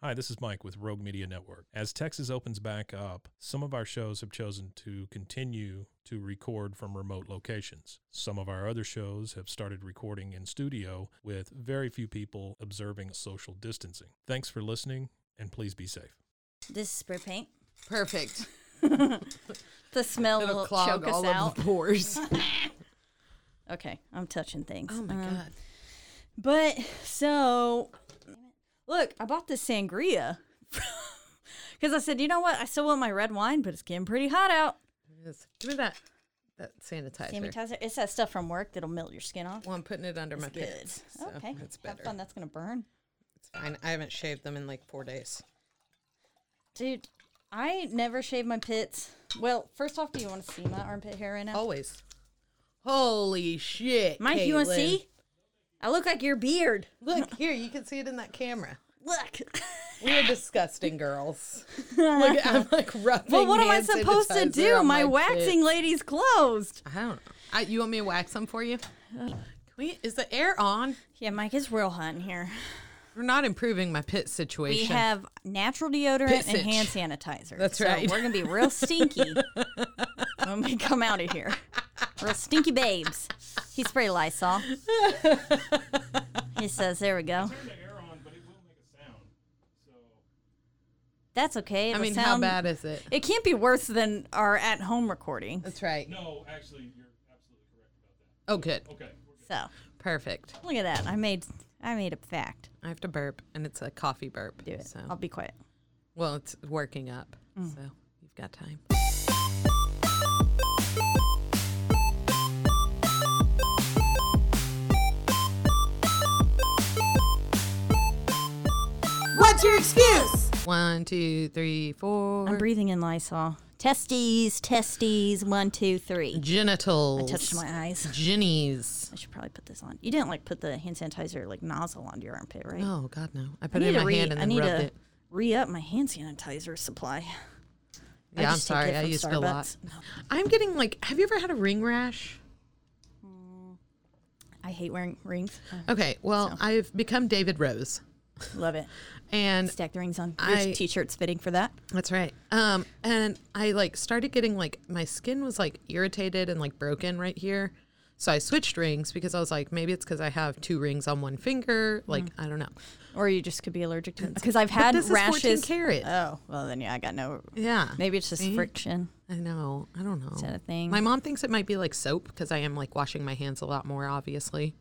Hi, this is Mike with Rogue Media Network. As Texas opens back up, some of our shows have chosen to continue to record from remote locations. Some of our other shows have started recording in studio with very few people observing social distancing. Thanks for listening, and please be safe. This spray paint. Perfect. The smell It'll will clog choke us all of out. Oh the pores. Okay, I'm touching things. oh my Um, god. But so, look, I bought this sangria because I said, you know what? I still want my red wine, but it's getting pretty hot out. Yes. Give me that that sanitizer. Sanitizer. It's that stuff from work that'll melt your skin off. Well, I'm putting it under my Good. pants. so okay. It's Have better. fun. That's gonna burn, It's fine. I haven't shaved them in like four days. dude. I never shave my pits. Well, first off, do you want to see my armpit hair right now? Always. Holy shit. Mike, you want to Caitlin. see? I look like your beard. Look here. You can see it in that camera. Look. We're disgusting girls. Look, I'm like rubbing. well, what am I hand supposed to sanitizer do? on My, pit. waxing lady's closed. I don't know. I, you want me to wax them for you? Can we, is the air on? Yeah, Mike, it's real hot in here. We're not improving my pit situation. We have natural deodorant Piss and itch. hand sanitizer. That's so right. We're gonna be real stinky when we come out of here. Real stinky babes. He sprayed Lysol. He says, "There we go." Turn the air on, but it will make a sound. So That's okay. I It'll mean, sound, how bad is it? It can't be worse than our at-home recording. That's right. no, actually, you're absolutely correct about Oh, good. that. Okay. So Perfect. look at that. I made I made a fact. I have to burp, and it's a coffee burp. Do it. So, I'll Mm. be quiet. well, it's working up, so you've got time. What's your excuse? One, two, three, four. I'm breathing in Lysol. Testes, testes, one, two, three. Genitals. Touched my eyes. Ginnies. I should probably put this on. You didn't like put the hand sanitizer like nozzle onto your armpit, right? Oh God, no! I I put it need in to my re- hand and I then need rubbed to it. re up my hand sanitizer supply. I Yeah, I'm just take it sorry. I from used it a lot. Starbucks. I'm getting like, have you ever had a ring rash? I hate wearing rings. I Okay, well, I've become David Rose, love it. and Stack the rings on. Your I- t-shirt's fitting for that. That's right. Um, and I like started getting like my skin was like irritated and like broken right here. So I switched rings because I was like, maybe it's because I have two rings on one finger. Like I don't know. Or you just could be allergic to Because I've had Uh, this is 14 rashes. karat. Oh, well then yeah, I got no. Yeah, Maybe it's just friction. I know. I don't know. Is that a thing? My mom thinks it might be like soap because I am like washing my hands a lot more, obviously.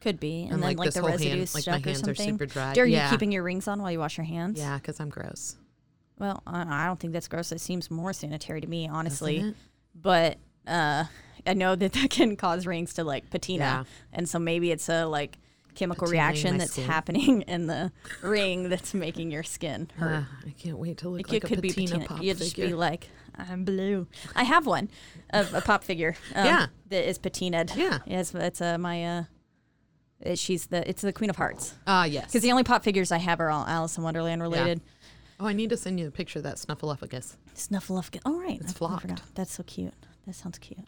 Could be. And, And, then like, like this the whole hand- residue like, my stuck or hands are something. super dry. Are you Yeah. keeping your rings on while you wash your hands? Yeah, because I'm gross. Well, I I don't think that's gross. It seems more sanitary to me, honestly. it? But uh, I know that that can cause rings to like patina, Yeah. and so maybe it's a like chemical Patinaing reaction my that's skin. happening in the ring that's making your skin hurt. Ah, I can't wait to look Like, like it a could be patina, patina. pop You'd just be figure. like, "I'm blue." I have one, of a pop figure. Um, Yeah. that is patinaed. Yeah. yes, it's uh, my. Uh, it, she's the it's the Queen of Hearts Ah, yes. because the only pop figures I have are all Alice in Wonderland related. Oh, I need to send you a picture of that snuffleupagus. Snuffleupagus. All right, It's Mm-hmm. I- I forgot. flocked. That's so cute. That sounds cute.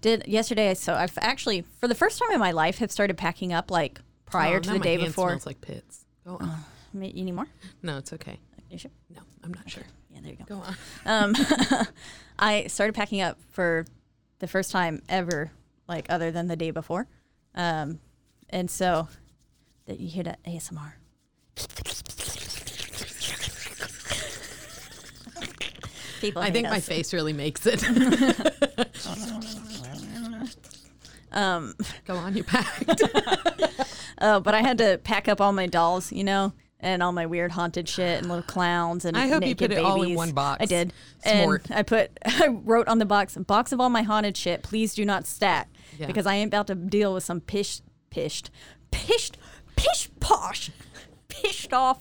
Did yesterday? So I've actually, for the first time in my life, have started packing up like prior Oh, to now the my day hand before. Smells like pits. Go on. Ma- you need more? No, it's okay. You sure? No, I'm not sure. Yeah, there you go. Go on. Um, I started packing up for the first time ever, like other than the day before. Um, and so that you hear that ASMR. People I hate think my us. face really makes it. Um, Go on, you packed. Oh, but I had to pack up all my dolls, you know, and all my weird haunted shit and little clowns and I hope you naked put it all in babies. one box. I did. Smart. And I put I wrote on the box a box of all my haunted shit. Please do not stack Yeah. because I ain't about to deal with some pish pished pished pish posh pished off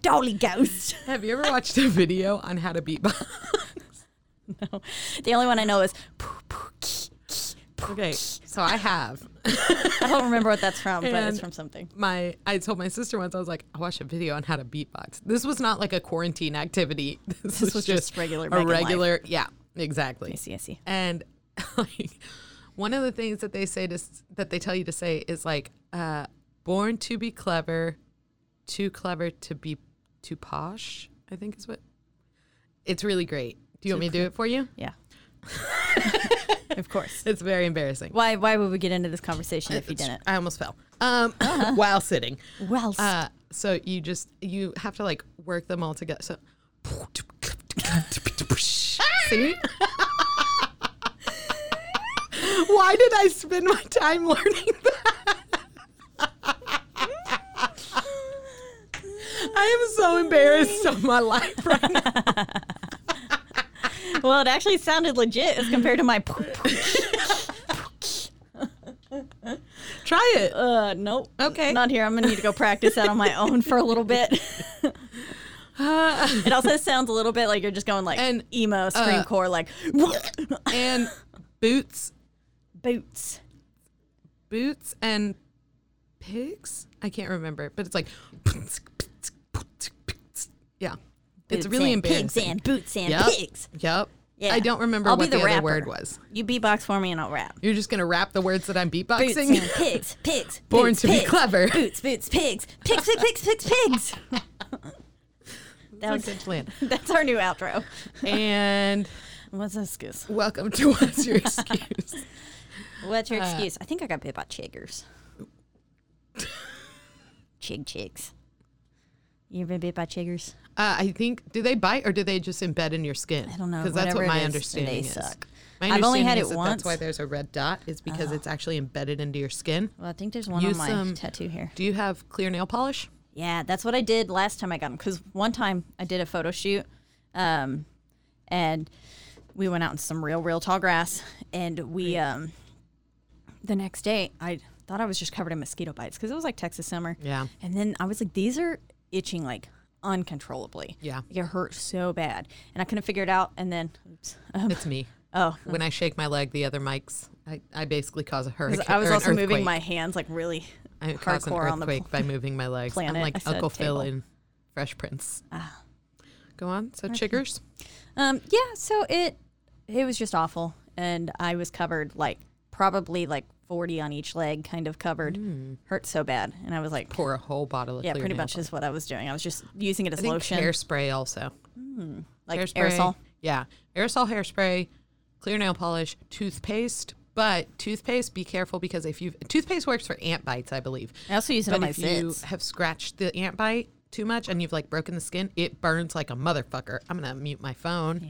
dolly ghost. Have you ever watched a video on how to beatbox? The only one I know is Okay, so I have I don't remember what that's from, but it's And- from something. my. I told my sister once. I was like, I watched a video on how to beatbox. This was not like a quarantine activity. This, was just regular back A in life. regular, yeah, exactly. I see, I see. And like, one of the things that they say to s- that they tell you to say is like, uh, "Born to be clever, too clever to be Tupash, I think is what. It's really great. Do you want me to do it for you? Yeah. of course. It's very embarrassing. Why why would we get into this conversation if you It's- didn't? I almost fell um, while sitting. Well, Uh, so you just you have to like work them all together. So see. Why did I spend my time learning that? I am so embarrassed of my life right now. well, it actually sounded legit as compared to my. poop. Try it. Uh, nope. Okay. Not here. I'm gonna need to go practice that on my own for a little bit. it also sounds a little bit like you're just going like And, emo scream uh, core, like And boots, boots. boots, and pigs. I can't remember, but it's like yeah. It's Boots really and embarrassing. Pigs and boots and Yep. pigs. Yep. Yeah. I don't remember I'll be what the the, other rapper. word was. You beatbox for me and I'll rap. You're just gonna rap the words that I'm Boots beatboxing. and pigs, pigs. Born boots, to be pigs, clever. Boots, boots, pigs, pigs, pigs, pigs, pigs, pigs. that That's was, a good plan. that's our new outro. and What's the excuse? welcome to What's Your Excuse? What's Uh, your excuse? I think I got bit by chiggers. Chig chigs. You been bit by chiggers? Uh, I think do they bite or do they just embed in your skin? I don't know. because that's Whatever what it my is, understanding they is. suck. My I've only had it understanding is that That's why once. Oh. there's a red dot. Is because it's actually embedded into your skin. Well, I think there's one Use on my some- tattoo here. Do you have clear nail polish? Yeah, that's what I did last time I got them. Because one time I did a photo shoot, um, and we went out in some real, real tall grass, and we um, the next day I thought I was just covered in mosquito bites because it was like Texas summer. Yeah. And then I was like, these are itching like uncontrollably. Yeah. Like, it hurt so bad, and I couldn't figure it out. And then, oops, um, It's me. oh. When I shake my leg, the other mics, I, I basically cause a 'Cause hurricane. I was or an also moving earthquake. my hands like really I caused an hardcore on the earthquake by moving my legs. planet. I'm I like said Uncle Phil table. Ah. in Fresh Prince. Go on. So chiggers. Um, yeah, so it it was just awful, and I was covered like probably like forty on each leg, kind of covered. Hurt so bad, and I was like, Pour a whole bottle of yeah, Mm. clear pretty nail much polish. is what I was doing. I was just using it I as think lotion, hairspray also. like hairspray. aerosol. Yeah, aerosol hairspray, clear nail polish, toothpaste. But toothpaste, be careful because if you toothpaste works for ant bites, I believe. I also use it but on my if you zits. have scratched the ant bite too much and you've like broken the skin, it burns like a motherfucker. I'm gonna mute my phone.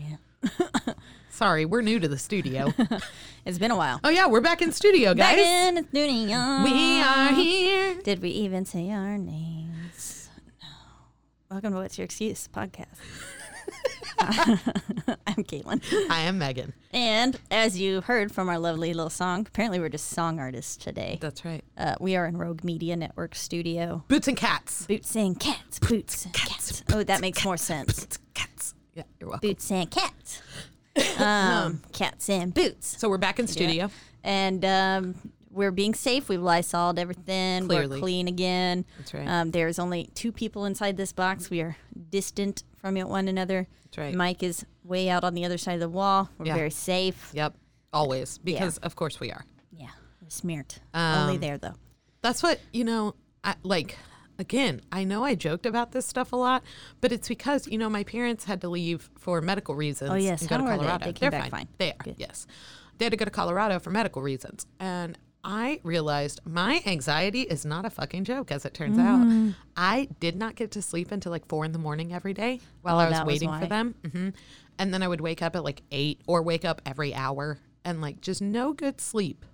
Yeah. Sorry, we're new to the studio. It's been a while. oh yeah, we're back in studio, Back guys. in the studio. We are here. Did we even say our names? No. Welcome to What's Your Excuse podcast. I'm Caitlin. I am Megan. And as you heard from our lovely little song, apparently we're just song artists today. That's right. Uh, we are in Rogue Media Network studio. Boots and cats. Boots and cats, boots and cats. Oh, that makes more sense. Boots and cats. Yeah, you're welcome. Boots and cats. Um, cats and boots. So we're back in studio. And um, we're being safe. We've lysoled everything. Clearly. We're clean again. That's right. Um, there's only two people inside this box. We are distant from one another. That's right. Mike is way out on the other side of the wall. We're Yeah. very safe. Yep. Always. Because of course we are. Yeah, we're smeared. Um, only there though. That's what, you know, I, like, again, I know I joked about this stuff a lot, but it's because, you know, my parents had to leave for medical reasons. Oh, yes. And go to How are they? Colorado. They came are back fine. fine. They are. Yes. They had to go to Colorado for medical reasons. And I realized my anxiety is not a fucking joke, as it turns Mm-hmm. out. I did not get to sleep until like four in the morning every day while I was Oh, that was waiting why. for them. hmm And then I would wake up at like eight or wake up every hour and like just no good sleep.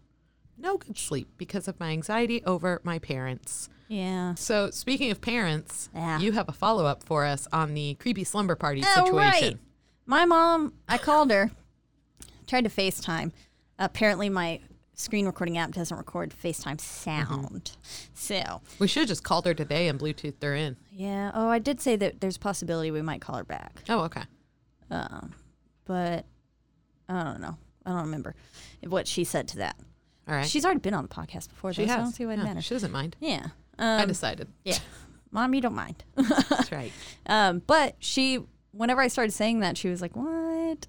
No good sleep because of my anxiety over my parents. Yeah. So, speaking of parents, Yeah. Oh, you have a follow up for us on the creepy slumber party situation. My mom, I called her, tried to FaceTime. Apparently, my screen recording app doesn't record Mm-hmm. FaceTime sound. So, We should have just called her today and Bluetooth her in. yeah. Oh, I did say that there's a possibility we might call her back, Oh, okay. but I don't know. I don't remember what she said to that. All right. She's already been on the podcast before, She though, so has. I don't see why it Yeah, matters. She doesn't mind. Yeah. I Um, decided. yeah. Mom, you don't mind. That's right. Um, but she, whenever I started saying that, she was like, "What?"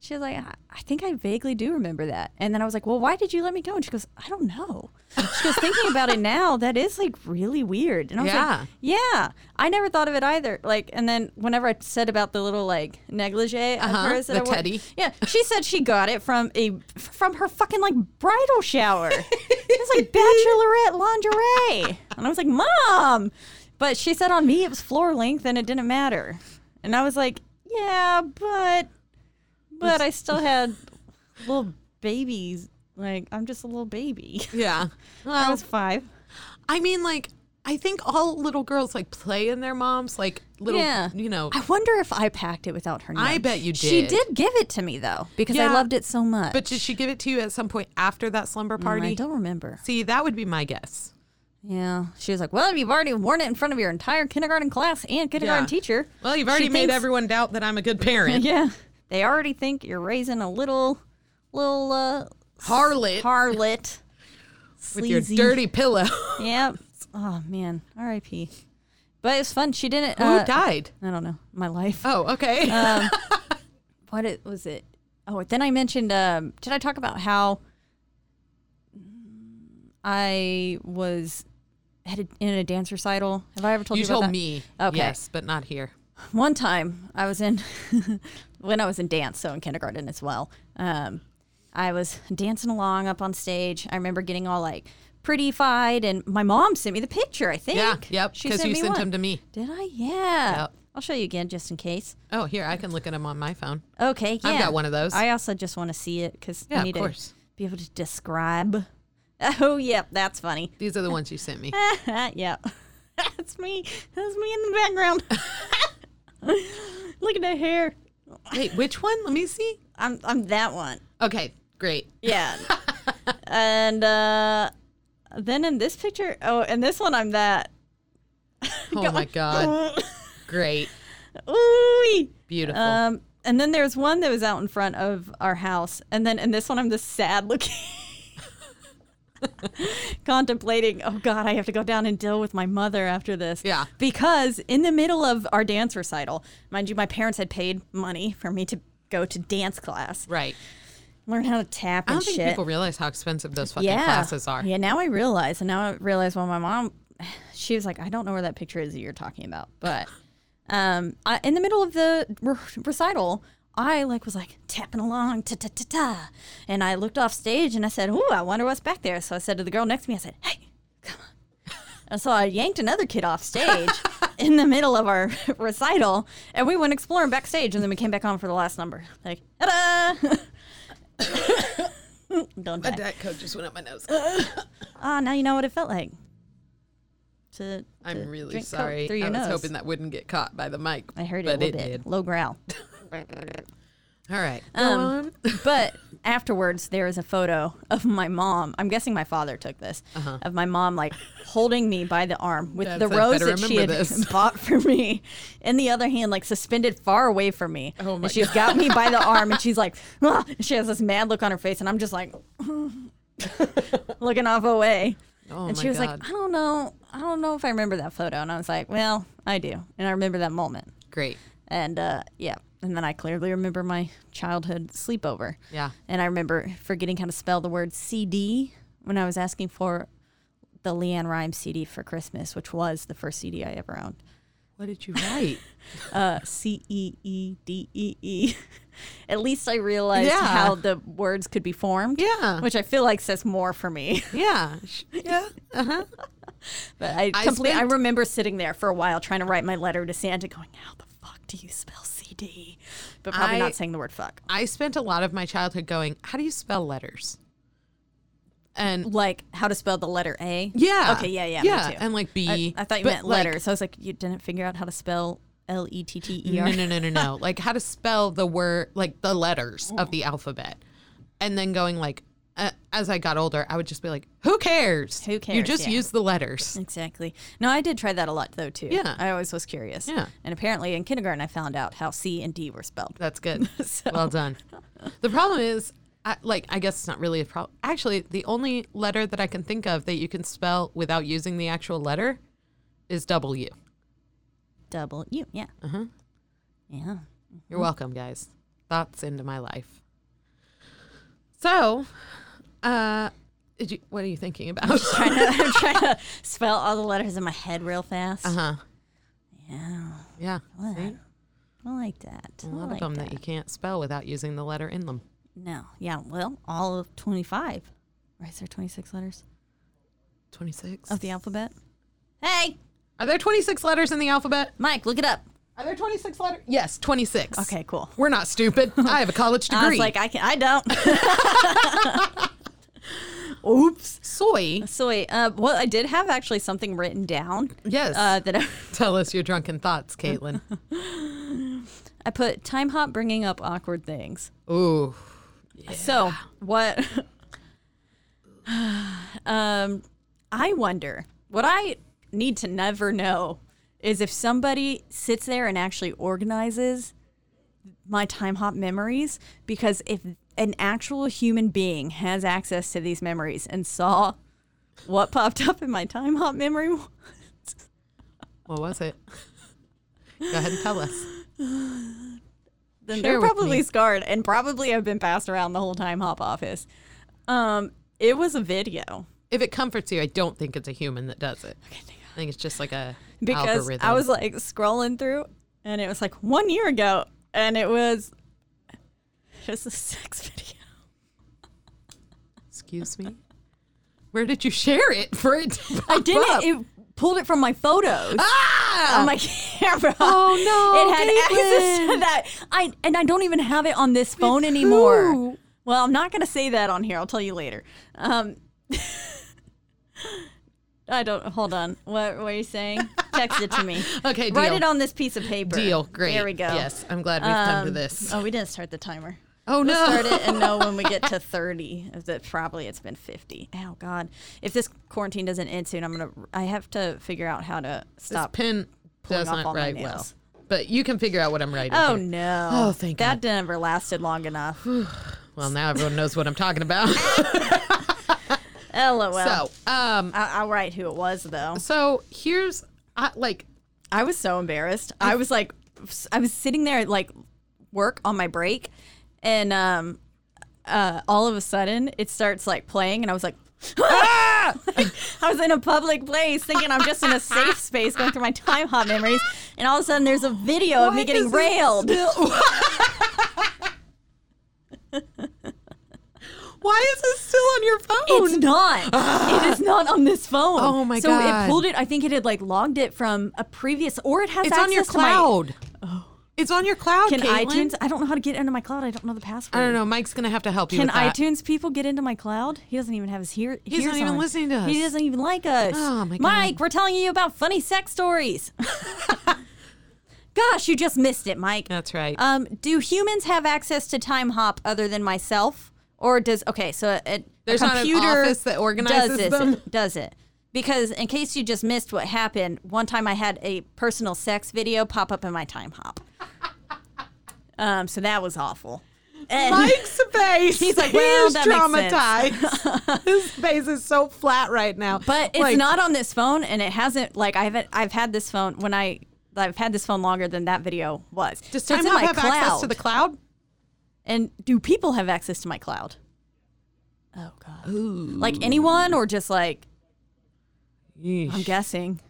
She was like, I, I think I vaguely do remember that. And then I was like, Well, why did you let me go? And she goes, I don't know. She goes, Thinking about it now, that is like really weird. And I was Yeah. like, Yeah, I never thought of it either. Like, and then whenever I said about the little like negligee Uh-huh, of hers, that the I wore- teddy. yeah, she said she got it from a from her fucking like bridal shower. It's like bachelorette lingerie, and I was like, "Mom," but she said on me it was floor length and it didn't matter, and I was like, "Yeah, but but I still had little babies. Like I'm just a little baby. Yeah. I Well, was five. I mean, like, I think all little girls like play in their moms, like little, Yeah. you know. I wonder if I packed it without her. oh. I knowing. bet you She did. did give it to me though because Yeah. I loved it so much. But did she give it to you at some point after that slumber Mm, I party? don't remember. See, that would be my guess. Yeah. She was like, Well, you've already worn it in front of your entire kindergarten class and kindergarten Yeah. teacher. Well, you've She already made thinks- everyone doubt that I'm a good parent. Yeah. They already think you're raising a little, little, uh, Harlot harlot. with your sleazy- dirty pillow. Yep. Oh, man. R.I.P. But it was fun. She didn't. Who uh, died? I don't know. My life. Oh, okay. what it, was it? Oh, then I mentioned, um, did I talk about how I was had a, in a dance recital? Have I ever told you, you about told that? me. Okay. Yes, but not here. one time I was in when I was in dance, so in kindergarten as well. Um, I was dancing along up on stage. I remember getting all like prettyfied, and my mom sent me the picture. I think. Yeah. Yep. She Because you me sent one. him to me. Did I? Yeah. Yep. I'll show you again just in case. Oh, here I can look at him on my phone. Okay. Yeah. I've got one of those. I also just want to see it because Yeah, I of need course. to be able to describe. Oh, yep. That's funny. These are the ones you sent me. yeah. that's me. That's me in the background. Look at that hair. Wait, which one? Let me see. I'm I'm that one. Okay, great. Yeah. and uh then in this picture, oh, and this one I'm that. Oh my god, great, Ooh. beautiful. Um and then there's one that was out in front of our house. And then in this one I'm the sad looking contemplating, oh god, I have to go down and deal with my mother after this. Yeah. Because in the middle of our dance recital, mind you, my parents had paid money for me to go to dance class, right. learn how to tap I and don't think shit. people realize how expensive those fucking classes are. Yeah, now I realize, and now I realize why my mom, she was like, I don't know where that picture is that you're talking about, but um, I, in the middle of the re- recital, I like was like tapping along, ta ta ta ta, and I looked off stage and I said, "Ooh, I wonder what's back there." So I said to the girl next to me, I said, "Hey, and so I yanked another kid off stage in the middle of our recital, and we went exploring backstage, and then we came back on for the last number. Like, ta-da! Don't die. That coat just went up my nose. Ah, now you know what it felt like. To, to I'm really drink Coke sorry. Through your I was nose. hoping that wouldn't get caught by the mic. I heard it a but little bit. Low growl. did. All right. Go Um, on. but afterwards, there is a photo of my mom. I'm guessing my father took this of my mom, like holding me by the arm with Uh-huh. That's- the I rose better that she had remember this. bought for me, and the other hand, like suspended far away from me. Oh my and she's got me by the arm, and she's like, "Ah," and she has this mad look on her face, and I'm just like, looking off away. Oh and my she was God. like, "I don't know, I don't know if I remember that photo." And I was like, "Well, I do, and I remember that moment." Great. And uh, yeah, and then I clearly remember my childhood sleepover. Yeah. And I remember forgetting how to spell the word CD when I was asking for the Leanne Rhymes CD for Christmas, which was the first CD I ever owned. What did you write? Uh, C E E D E E. At least I realized Yeah. how the words could be formed. Yeah. Which I feel like says more for me. yeah. sh- Yeah. But I, I complete, I spent- remember sitting there for a while trying to write my letter to Santa, going, "How the fuck do you spell CD?" But probably I- not saying the word "fuck." I spent a lot of my childhood going, how do you spell letters? And Like how to spell the letter A. yeah. Okay. Yeah. Yeah. me Yeah. too. And like B. I, I thought you but, meant like, letters. I was like, you didn't figure out how to spell L E T T E No, R. no, no, no, no. like how to spell the word, like the letters of the alphabet, and then going like, uh, as I got older, I would just be like, "Who cares? Who You cares, just yeah. use the letters." Exactly. No, I did try that a lot though too. Yeah. I always was curious. Yeah. And apparently in kindergarten, I found out how C and D were spelled. That's good. Well done. The problem is, I, like, I guess it's not really a problem. Actually, the only letter that I can think of that you can spell without using the actual letter is W. Uh-huh. Double U. Yeah. Uh huh. Yeah. Mm-hmm. You're welcome, guys. thoughts into my life. So, uh, did you, what are you thinking about? trying to, I'm trying to spell all the letters in my head real fast. Uh huh. Yeah, Yeah. Well, See? I like that. A I lot like of them that. you can't spell without using the letter in them. No, yeah, well, all of 25. Right, is there 26 letters 26. of the alphabet? Hey, Are there 26 letters in the alphabet? Mike, look it up. Are there 26 letters? Yes, 26. Okay, cool. We're not stupid. I have a college degree. I was like, I can, I don't. Oops. soy. Soy. Uh, well, I did have actually something written down Yes. uh, that I, Tell us your drunken thoughts, Caitlin. I put time hop bringing up awkward things. Ooh. So what? um, I wonder what I need to never know is if somebody sits there and actually organizes my time hop memories because if an actual human being has access to these memories and saw what popped up in my time hop memory What was it? Go ahead and tell us. then Share they're with probably me. scarred and probably have been passed around the whole time hop office um it was a video If it comforts you, I don't think it's a human that does it. I think it's just like a because algorithm. I was like scrolling through and it was like one year ago and it was just a sex video. Excuse me. Where did you share it for it? To I pop did up? it. It pulled it from my photos ah! on my camera. Oh, no, It had access to Caitlin. that. I and I don't even have it on this phone anymore. who? Well, I'm not gonna say that on here. I'll tell you later. Um, I don't. Hold on. What, what are you saying? Text it to me. Okay, Write deal. it on this piece of paper. Deal. Great. There we go. Yes, I'm glad we've come to Um, this. Oh, we didn't start the timer. Oh We'll no. start it and know when we get to 30. That probably it's been 50. Oh God! If this quarantine doesn't end soon, I'm gonna. I have to figure out how to This stop. pen pulling does off all not my write well, nails. but you can figure out what I'm writing. oh here. no! Oh, thank that never lasted long enough. Well, now everyone knows what I'm talking about. LOL. so, um, I, I'll write who it was though. so here's, I, like, I was so embarrassed. I was like, I was sitting there at like work on my break, and um, uh, all of a sudden it starts like playing, and I was like, "Ah!" I was in a public place thinking I'm just in a safe space going through my time hop memories, and all of a sudden there's a video of Why Oh, me getting does it railed. still- Why is this still on your phone? It's not. it is not on this phone. Oh, my so So God. it pulled it. I think it had like logged it from a previous, or it has It's access on your to my- Oh. cloud. It's on your cloud. Can Caitlin. iTunes? I don't know how to get into my cloud. I don't know the password. I don't know. Mike's gonna have to help you. Can with that. iTunes people get into my cloud? He doesn't even have his hear. He's not ears even on. listening to He us. doesn't even like us. Oh, my God. Mike, we're telling you about funny sex stories. Gosh, you just missed it, Mike. That's right. Um, do humans have access to time hop other than myself, or does okay? So a, a There's not an computer office that organizes does this- them? Does it? Because in case you just missed what happened, one time I had a personal sex video pop up in my time hop. um, so that was awful. And- Mike's face. He's like, He "Well, is that makes traumatized. His face is so flat right now. But it's Like, not on this phone, and it hasn't. Like I haven't. I've had this phone when I. I've had this phone longer than that video was. Does So it's Time in Hop my have access to the cloud? and do people have access to my cloud? Oh God! Like anyone, or just like I'm guessing.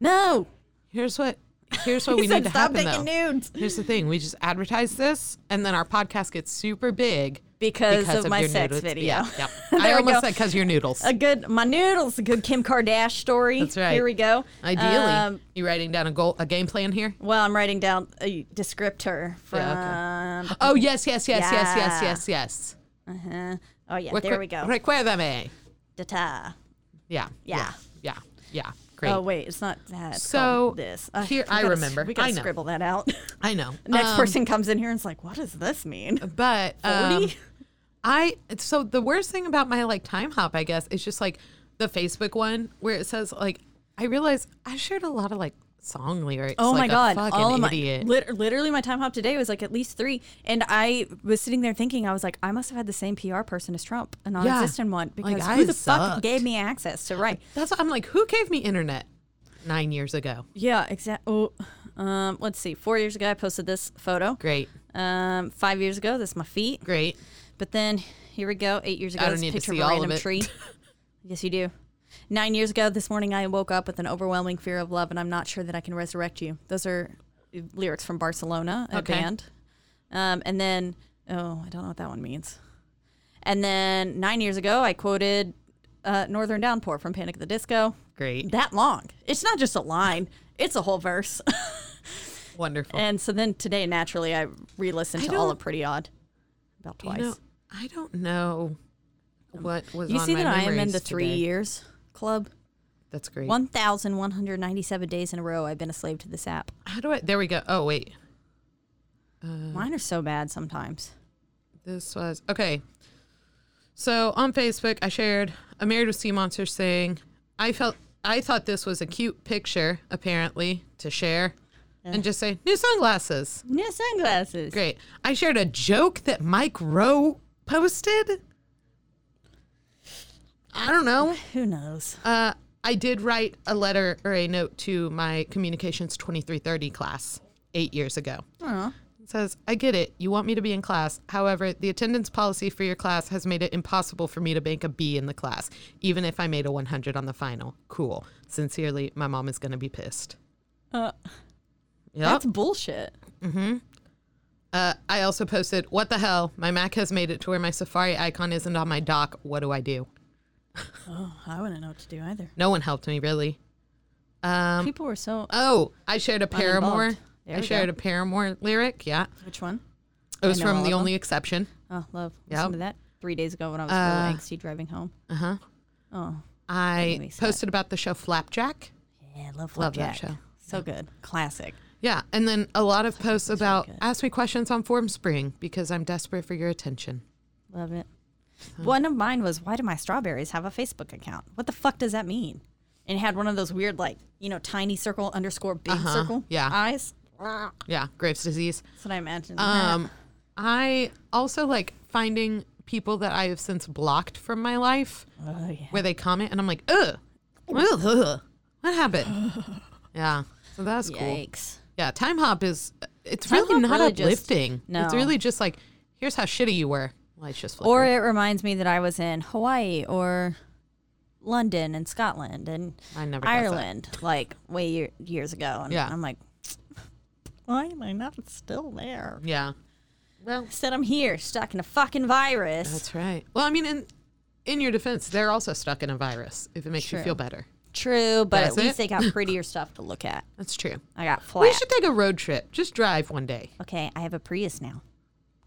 No, Here's what. Here's what He we said, need to stop happen making though. nudes Here's the thing: we just advertise this, and then our podcast gets super big because, of, my your sex noodles. video. Yeah, yep. There I we almost go. said because your noodles. a good my noodles a good Kim Kardashian story. That's right. Here we go. Ideally, Um, you writing down a goal, a game plan here. well, I'm writing down a descriptor from. Yeah, Oh yes, yes, yes, yes, yes, Yeah. yes, yes. Uh-huh. Oh yeah, Recu- there we go. Recuérdame. Ta-ta. Yeah. Yeah. Yeah. Yeah. Great. Oh wait, it's not that. It's So, called this Ugh, here- we I gotta s- remember. We gotta I know. scribble that out. I know. Next Um, person comes in here and is like, "What does this mean?" but um, 40? I so the worst thing about my like time hop, I guess, is just like the Facebook one where it says like I realize I shared a lot of like song lyrics. Oh like my god! a fucking all of my idiot. lit- literally my time hop today was like at least three, and I was sitting there thinking I was like, I must have had the same PR person as Trump, a non-existent one, because Like, I who the fuck sucked. gave me access to write? That's what I'm like. Who gave me internet? nine years ago. Yeah, exactly. Oh, um, let's see. Four years ago, I posted this photo. Great, Um, five years ago, this is my feet. great. But then here we go. Eight years ago, don't this need to picture see of a all of random it. tree. yes, you do. Nine years ago, this morning, I woke up with an overwhelming fear of love, and I'm not sure that I can resurrect you. Those are uh, lyrics from Barcelona, a Okay. band. Um, and then, oh, I don't know what that one means. And then nine years ago, I quoted uh, Northern Downpour from Panic at the Disco. Great, That long. It's not just a line, it's a whole verse. wonderful. and so then today, naturally, I re listened I to All don't- of Pretty Odd about You twice. know, I don't know what was You on see my that I am in memories the three today. years club. That's great. 1,197 days in a row, I've been a slave to this app. How do I? There we go. Oh wait, Mine are so bad sometimes. this was okay. So on Facebook, I shared a married with sea monsters thing. I felt I thought this was a cute picture, apparently to share, and just say new sunglasses. New sunglasses. Great. I shared a joke that Mike Rowe posted. I don't know. Who knows? Uh, I did write a letter or a note to my communications 2330 class eight years ago. It says, I get it. You want me to be in class. However, the attendance policy for your class has made it impossible for me to make a B in the class, even if I made a 100 on the final. Cool. Sincerely, my mom is going to be pissed. Uh, Yep. That's bullshit. Uh, I also posted, What the hell? My Mac has made it to where my Safari icon isn't on my dock. What do I do? Oh, I wouldn't know what to do either. No one helped me, really. Um, People were so. Oh, I shared a Paramore. Uninvolved. There I we shared go. a Paramore lyric. Yeah. Which one? It was know all from The of Only Exception. Oh, love. Listen Yep. to that three days ago when I was Uh, uh-huh. really angsty driving home. Oh, I me sad. posted about the show Flapjack. Yeah, love, love that Flapjack. show. So good. Classic. Yeah. And then a lot of posts about ask me questions on Form Spring because I'm desperate for your attention. Love it. One of mine was, why do my strawberries have a Facebook account? What the fuck does that mean? And it had one of those weird, like, you know, tiny circle underscore big circle Uh-huh. Yeah. eyes. Yeah. Graves' disease. That's what I imagined. Um, I also like finding people that I have since blocked from my life oh, yeah. where they comment and I'm like, ugh, ugh, ugh. what happened? yeah. So that's cool. Yikes. Yeah, time hop is it's Time really hop not really just- uplifting. It's no. really just like here's how shitty you were. Lights just flicker. Or it reminds me that I was in Hawaii or London and Scotland and I never does that. Ireland, like, way year, years ago. And Yeah. I'm like, why am I not still there? yeah. Well, Said I'm here, stuck in a fucking virus. that's right. Well, I mean, in in your defense, they're also stuck in a virus. If it makes you True. feel better, True, but That's at least it? they got prettier stuff to look at. that's true. I got We flat. should take a road trip. Just drive one day. Okay, I have a Prius now.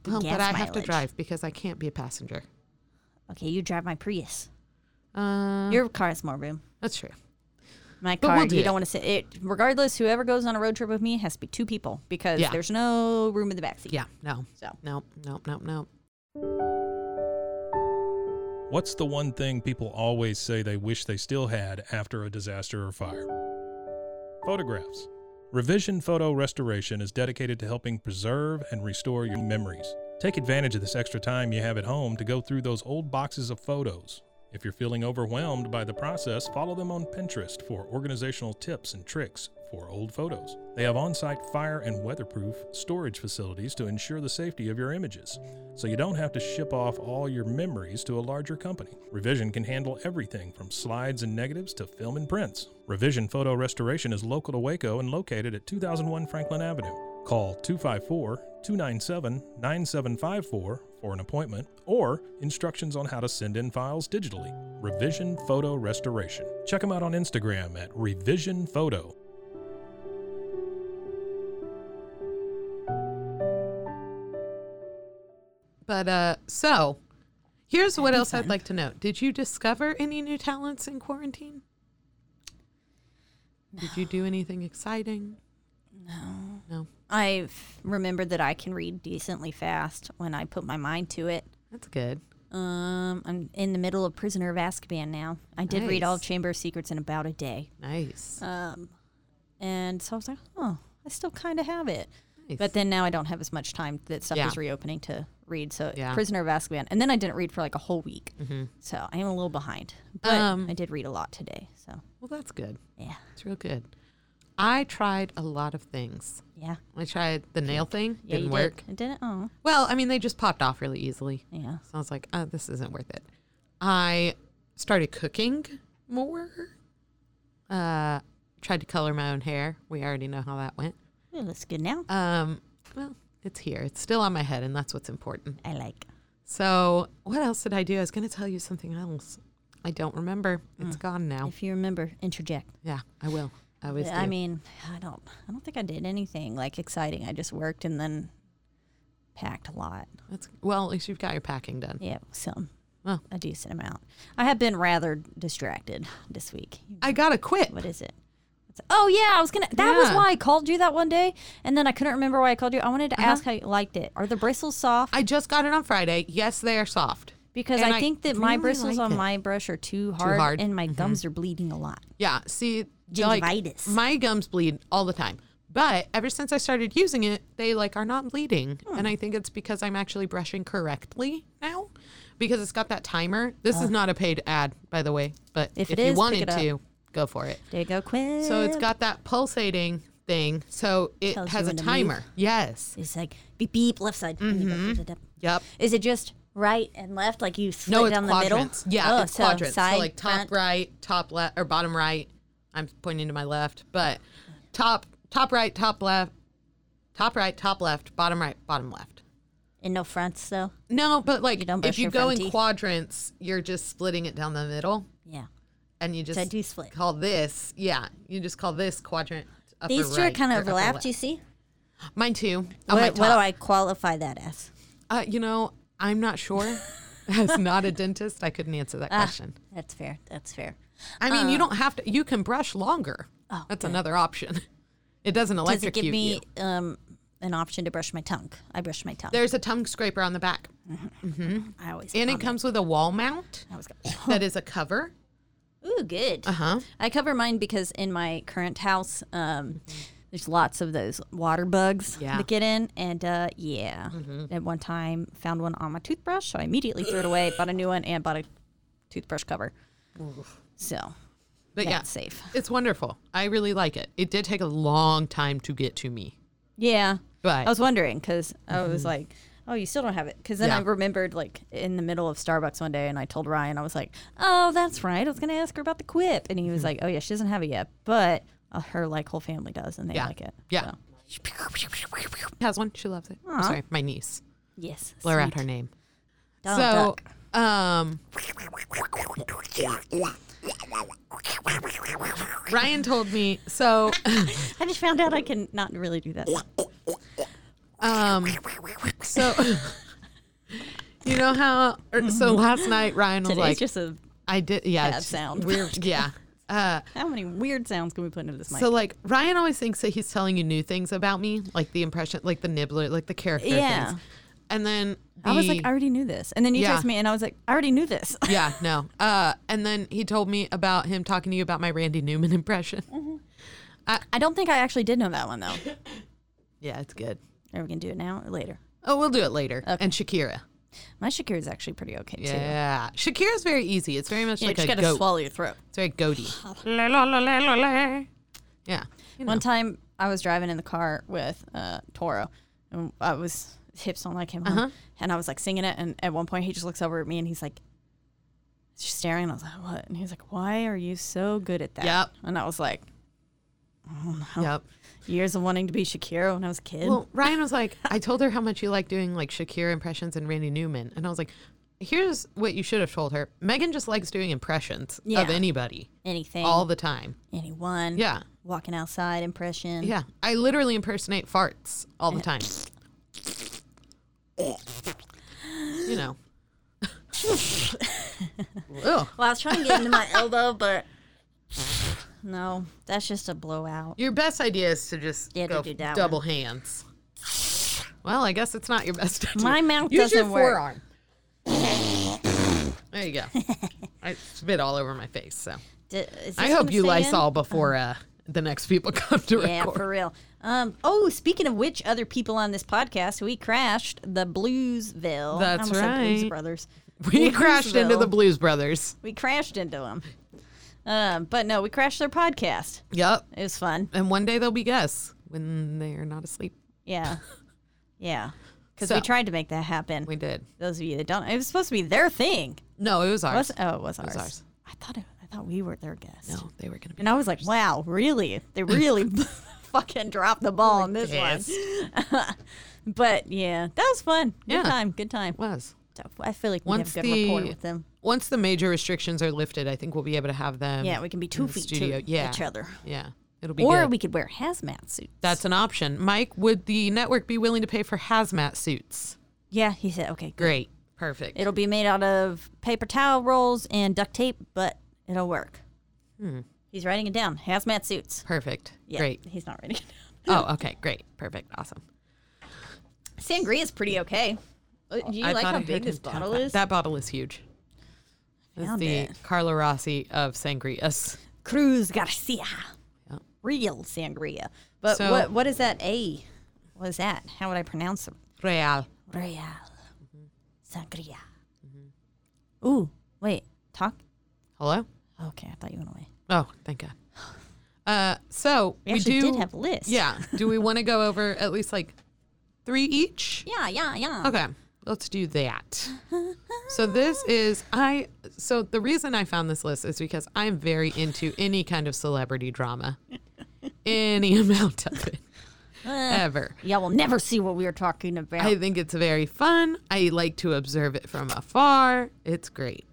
Well, but gas I have to mileage. drive because I can't be a passenger. Okay, you drive my Prius. Uh, Your car has more room. that's true. My But car, we'll do you it. don't want to sit. It, regardless, whoever goes on a road trip with me has to be two people because Yeah. there's no room in the backseat. Yeah. No. So. No. No. No. No. What's the one thing people always say they wish they still had after a disaster or fire? Photographs. Revision Photo Restoration is dedicated to helping preserve and restore your memories. Take advantage of this extra time you have at home to go through those old boxes of photos. If you're feeling overwhelmed by the process, follow them on Pinterest for organizational tips and tricks for old photos. They have on site fire and weatherproof storage facilities to ensure the safety of your images, so you don't have to ship off all your memories to a larger company. Revision can handle everything from slides and negatives to film and prints. Revision Photo Restoration is local to Waco and located at 2001 Franklin Avenue. Call 254 297 9754 for an appointment or instructions on how to send in files digitally. Revision Photo Restoration. Check them out on Instagram at Revision Photo. But uh, so here's what else I'd like to know. Did you discover any new talents in quarantine? Did you do anything exciting? No. No. I've remembered that I can read decently fast when I put my mind to it. That's good. Um, I'm in the middle of Prisoner of Azkaban now. I did read all of Nice. Chamber of Secrets in about a day. Nice. Um, and so I was like, oh, I still kind of have it. Nice. But then now I don't have as much time that stuff Yeah. is reopening to read. So Yeah. Mm-hmm. Prisoner of Azkaban, and then I didn't read for like a whole week. So I am a little behind, but Um, I did read a lot today. So well, that's good. Yeah. It's real good. I tried a lot of things. Yeah. I tried the nail thing. Yeah, didn't you work. Did. It didn't. Oh, Well, I mean, they just popped off really easily. yeah. So I was like, uh, this isn't worth it. I started cooking more. Uh, tried to color my own hair. We already know how that went. It looks good now. Um, well, it's here. It's still on my head, and that's what's important. I like. So, what else did I do? I was going to tell you something else. I don't remember. It's gone now. Mm. If you remember, interject. Yeah, I will. I always I do. mean, I don't. I don't think I did anything like exciting. I just worked and then packed a lot. That's, well, at least you've got your packing done. Yeah, some. Well. a decent amount. I have been rather distracted this week. I got to quit. What is it? It's- Oh yeah, I was gonna. That was Yeah. why I called you that one day, and then I couldn't remember why I called you. I wanted to Uh-huh. ask how you liked it. Are the bristles soft? I just got it on Friday. Yes, they are soft. because and I I think that my really bristles like on it. my brush are too hard, hard. Mm-hmm. and my gums are bleeding a lot. Yeah. See, like, Gingivitis. my gums bleed all the time. But ever since I started using it, they like are not bleeding. Hmm. And I think it's because I'm actually brushing correctly now because it's got that timer. This is not a paid ad, by the way, but Uh. If if, it you is, pick wanted it up. to, go for it. There you go, quick. So it's got that pulsating thing. So it Tells you has a when to move. timer. Yes. It's like beep beep left side. and you go da, da, da. Yep. Is it just right and left? Like you split Mm-hmm. No, it's down quadrants. the middle? Yeah, Oh, it's quadrants. Side, so like top front. right, top left, or bottom right. I'm pointing to my left, but top, top right, top left, top right, top left, bottom right, bottom left. and no fronts though. No, but like You don't brush if you your go front in teeth. quadrants, you're just splitting it down the middle, Yeah, and you just I do split. call this. Yeah, you just call this quadrant. Upper these two right are kind or of upper overlapped. left. You see? Mine too. On my What, what do top. I qualify that as? Uh, you know, I'm not sure. As not a dentist, I couldn't answer Ah. that question. That's fair. That's fair. I mean, Uh, you don't have to. You can brush longer. That's another option. It doesn't Oh, Does it electrocute give you. me um, an option to brush my tongue? I brush my tongue. There's a tongue scraper on the back, I always and it comment. comes with a wall mount I always go, that is a cover. Ooh, good. Uh huh. I cover mine because in my current house, um, there's lots of those water bugs Yeah. Mm-hmm. that get in, and uh, yeah, at one time found one on my toothbrush, so I immediately threw it away, bought a new one, and bought a toothbrush cover. So But yeah, That's safe. It's wonderful. I really like it. It did take a long time to get to me, yeah, but Mm-hmm. I was wondering because I was like, oh, you still don't have it. Because then I Yeah. remembered like in the middle of Starbucks one day, and I told Ryan, I was like, oh, that's right. I was going to ask her about the quip. And he Mm-hmm. was like, oh, yeah, she doesn't have it yet, but uh, her like whole family does, and they Yeah. like it. yeah, has one. She loves it. I'm sorry, my niece. Yes. Blur out sweet. her name. Donald so, Duck. um, Ryan told me. So, I just found out I can not really do that. um, so you know how? or- So last night Ryan was Today's like, just a. "I did, yeah, bad it's sound. Weird, yeah." Uh, How many weird sounds can we put into this mic? so like Ryan always thinks that he's telling you new things about me, like the impression, like the nibbler, like the character Yeah. things. And then I was like, the- I already knew this, and then you Yeah. text me, and I was like, I already knew this. yeah, no. Uh, and then he told me about him talking to you about my Randy Newman impression. I don't think I actually did know that one though. Yeah, it's good. Are we gonna do it now or later? Oh, we'll do it later. And Shakira. My Shakira is actually pretty okay too. Yeah, Shakira's very easy. It's very much Yeah, like you a just gotta goat. swallow your throat. It's very goaty. La, la, la, la, la, la. yeah. You know. One time I was driving in the car with uh, Toro, and I was hips on like him, Uh-huh. and I was like singing it. And at one point, he just looks over at me and he's like, just staring. And I was like, "What?" And he's like, "Why are you so good at that?" Yep. And I was like, Yep. years of wanting to be Shakira when I was a kid. Well, Ryan was like, I told her how much you like doing like Shakira impressions and Randy Newman, and I was like, here's what you should have told her. Megan just likes doing impressions Yeah. of anybody Anything, all the time. anyone. Yeah. Walking outside impression. Yeah. I literally impersonate farts all the time. you know. Ugh. Well, I was trying to get into my elbow, but no, that's just a blowout. Your best idea is to just Yeah, to go do that double hands. Well, I guess it's not your best idea. My mouth Use your doesn't work. forearm. there you go. I spit all over my face. So D- is I this hope gonna you stay in? Uh-huh. Lysol before uh, the next people come to Yeah, record. for real. Um, oh, speaking of which, other people on this podcast, we crashed the Bluesville. I That's almost said Blues right. Brothers. we crashed into the Bluesville. Blues Brothers. We crashed into them. Um, but no, we crashed their podcast. Yep. It was fun. And one day they'll be guests when they are not asleep. Yeah. Yeah. Because So- we tried to make that happen. We did. Those of you that don't, it was supposed to be their thing. No, it was ours. Was, oh, it was ours. ours. I thought it, I thought we were their guest. No, they were gonna be. And I was like, wow, really? They really fucking dropped the ball on this pissed. one. But yeah, that was fun. Good Yeah. time. Good time. was. So I feel like we Once have good rapport the- with them. Once the major restrictions are lifted, I think we'll be able to have them. Yeah, we can be two in the feet studio. to yeah. each other. Yeah. It'll be Or good. we could wear hazmat suits. That's an option. Mike, would the network be willing to pay for hazmat suits? yeah, he said, okay, good. Great. Perfect. It'll be made out of paper towel rolls and duct tape, but it'll work. He's writing it down. Hazmat suits. Perfect. Yeah, Hmm. Great. He's not writing it down. Oh, okay. Great. Perfect. Awesome. Sangria is pretty okay. Uh, Do you I like thought how I heard big this him talk bottle about- is? That bottle is huge. It's Found the it. Carla Rossi of Sangrias. Cruz Garcia. Yeah. Real sangria. But So- what what is that A? What is that? How would I pronounce it? Real. Real sangria. Mm-hmm. Ooh, wait. Talk? Hello? Okay, I thought you went away. Oh, thank God. Uh, so We we, actually do did have a list. Yeah. Do we want to go over at least like three each? Yeah, yeah, yeah. Okay, let's do that. So this is I. So the reason I found this list is because I'm very into any kind of celebrity drama, any amount of it, Uh. ever. Y'all will never see what we were talking about. I think it's very fun. I like to observe it from afar. It's great.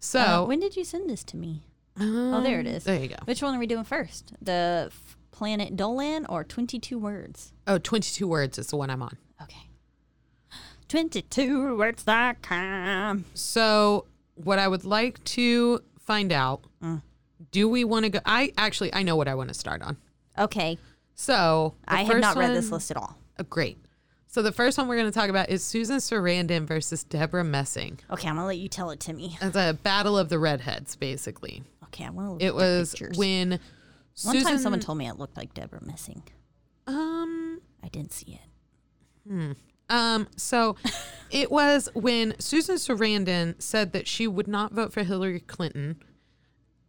So Uh, when did you send this to me? oh, there it is. Um, there you go. Which one are we doing first? The f- Planet Dolan or 22 words? Oh, 22 words is the one I'm on. Okay. 22 words.com. So, what I would like to find out Mm. do we want to go? I actually, I know what I want to start on. Okay. So, the I have not first read this one- list at all. Oh, great. So, the first one we're going to talk about is Susan Sarandon versus Deborah Messing. Okay, I'm gonna let you tell it to me. It's a battle of the redheads, basically. Okay, I want to. Look It at the was pictures. when one Susan, time someone told me it looked like Deborah missing. um, I didn't see it. Um, so it was when Susan Sarandon said that she would not vote for Hillary Clinton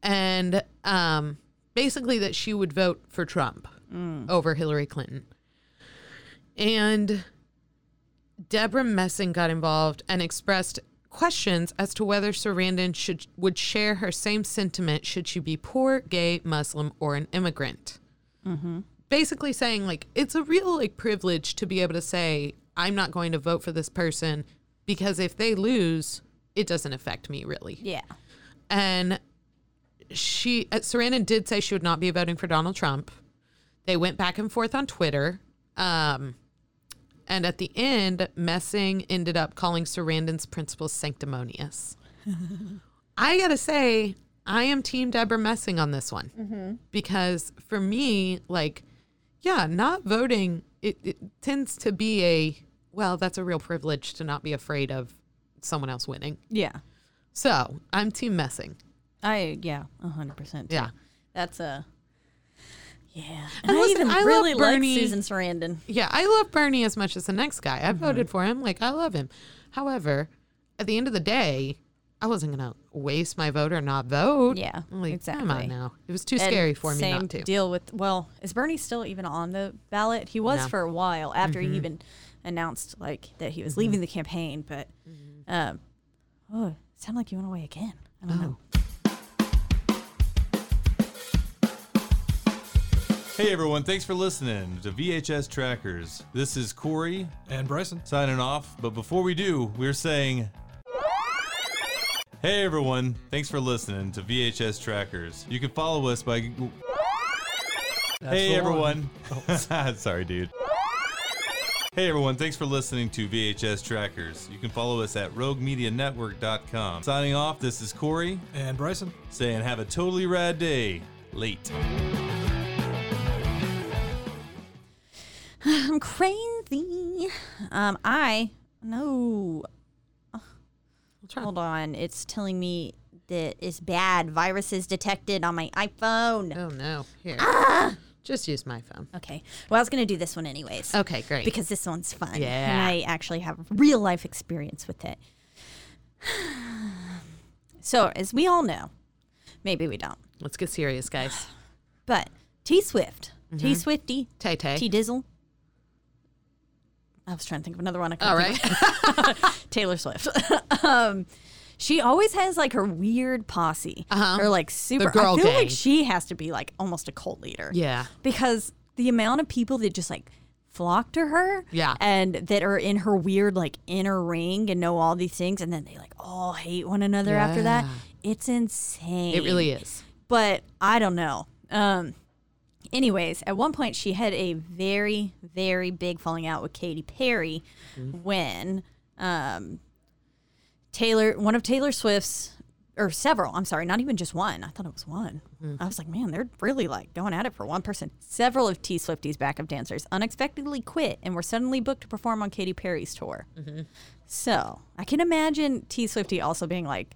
and um basically that she would vote for Trump over Hillary Clinton. And Deborah Messing got involved and expressed questions as to whether Sarandon should would share her same sentiment should she be poor, gay, Muslim, or an immigrant basically saying like it's a real like privilege to be able to say I'm not going to vote for this person because if they lose, it doesn't affect me really. Yeah. And she uh, Sarandon did say she would not be voting for Donald Trump. They went back and forth on Twitter. Um and at the end, Messing ended up calling Sarandon's principles sanctimonious. I gotta say, I am Team Deborah Messing on this one because for me, like, yeah, not voting it, it tends to be a well, that's a real privilege to not be afraid of someone else winning. Yeah. So I'm Team Messing. I yeah, hundred percent. Yeah. That's a. Yeah. And, And I listen, even I love really like Bernie. Susan Sarandon. Yeah, I love Bernie as much as the next guy. I Mm-hmm. voted for him. Like, I love him. However, at the end of the day, I wasn't going to waste my vote or not vote. Yeah, Like, Come exactly. on now. It was too scary for me same not to. deal with well, is Bernie still even on the ballot? He was No. Mm-hmm. for a while after he even announced like that he was leaving the campaign, but Mm-hmm. um, oh, it sounded like you went away again. I Oh. don't know. Hey everyone, thanks for listening to VHS Trackers. This is Corey And Bryson. signing off, but before we do, we're saying. Hey everyone, thanks for listening to VHS Trackers. You can follow us by. hey the Oh. everyone. Ah, Sorry, dude. Hey everyone, thanks for listening to VHS Trackers. You can follow us at roguemedianetwork.com. Signing off, this is Corey And Bryson. saying have a totally rad day. Late. I'm crazy. Um, I no. Hold on, it's telling me that it's bad. Viruses detected on my iPhone. Oh, no. Here. Ah! Just use my phone. Okay, well I was gonna do this one anyways. Okay, great. because this one's fun. And Yeah. I actually have real life experience with it. so, as we all know, Maybe we don't. Let's get serious, guys. But T Swift, T Swifty, Mm-hmm. Tay Tay. T Dizzle. I was trying to think of another one. I couldn't All think right. Taylor Swift. um, she always has like her weird posse Uh-huh. or like super. girl I feel gang. like she has to be like almost a cult leader. Yeah. because the amount of people that just like flock to her. Yeah. and that are in her weird like inner ring and know all these things, and then they like all hate one another after that. Yeah. It's insane. It really is. But I don't know. Um. Anyways, at one point she had a very, very big falling out with Katy Perry when um, Taylor, one of Taylor Swift's, or several, I'm sorry, not even just one. I thought it was one. I was like, man, they're really like going at it for one person. Several of T Swifty's backup dancers unexpectedly quit and were suddenly booked to perform on Katy Perry's tour. So I can imagine T Swifty also being like,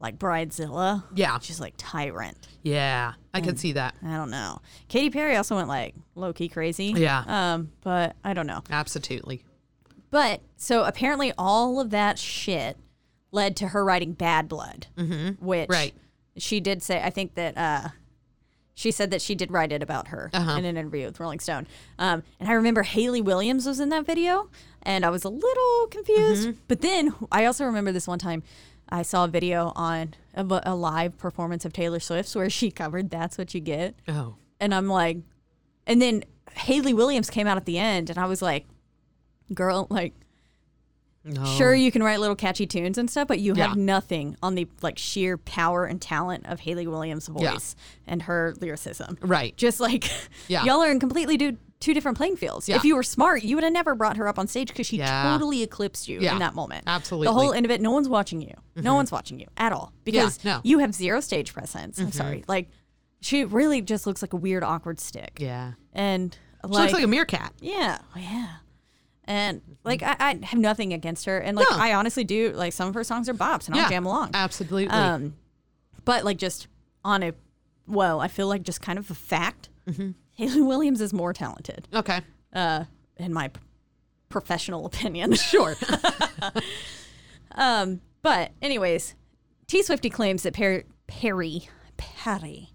like Bridezilla. Yeah. She's like tyrant. Yeah. I could see that. I don't know. Katy Perry also went like low key crazy. Yeah. Um, but I don't know. Absolutely. But so apparently all of that shit led to her writing Bad Blood, mm-hmm. which Right. she did say. I think that uh, she said that she did write it about her Uh-huh. in an interview with Rolling Stone. Um, and I remember Haley Williams was in that video, and I was a little confused. Mm-hmm. But then I also remember this one time. I saw a video on of a, a live performance of Taylor Swift's where she covered "That's What You Get," Oh. and I'm like, and then Haley Williams came out at the end, and I was like, girl, like, No. sure you can write little catchy tunes and stuff, but you Yeah. have nothing on the like sheer power and talent of Haley Williams' voice and her lyricism. Right. Just like, Yeah. y'all are in completely do, two different playing fields. Yeah. If you were smart, you would have never brought her up on stage because she Yeah. totally eclipsed you Yeah. in that moment. Absolutely. Mm-hmm. The whole end of it, no one's watching you. No one's watching you at all because no. you have zero stage presence. I'm sorry. Mm-hmm. Like, she really just looks like a weird, awkward stick. Yeah. And She looks like a meerkat. yeah, oh, yeah. And like I, I have nothing against her, and like No. I honestly do. Like some of her songs are bops, and yeah. I'll jam along. Absolutely. Um, but like just on a, well, I feel like just kind of a fact. Mm-hmm. Haley Williams is more talented, okay. uh, in my p- professional opinion. Sure. Um, but anyways, T Swifty claims that per- Perry Perry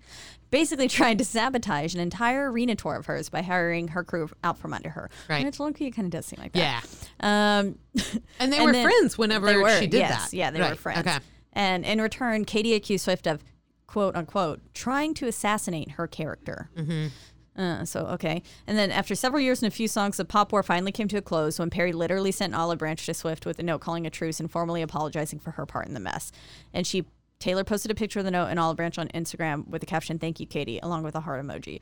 basically tried to sabotage an entire arena tour of hers by hiring her crew out from under her. Right. And it's low key kind of does seem like yeah. that. Yeah. Um, And they and were then- friends whenever they were, she did yes, that. Yeah, they were Right. friends. Okay. And in return, Katie accused Swift of quote unquote trying to assassinate her character. Mm-hmm. Uh, so okay, and then after several years and a few songs, the pop war finally came to a close when Perry literally sent an olive branch to Swift with a note calling a truce and formally apologizing for her part in the mess. And she Taylor posted a picture of the note and olive branch on Instagram with the caption "Thank you, Katie," along with a heart emoji.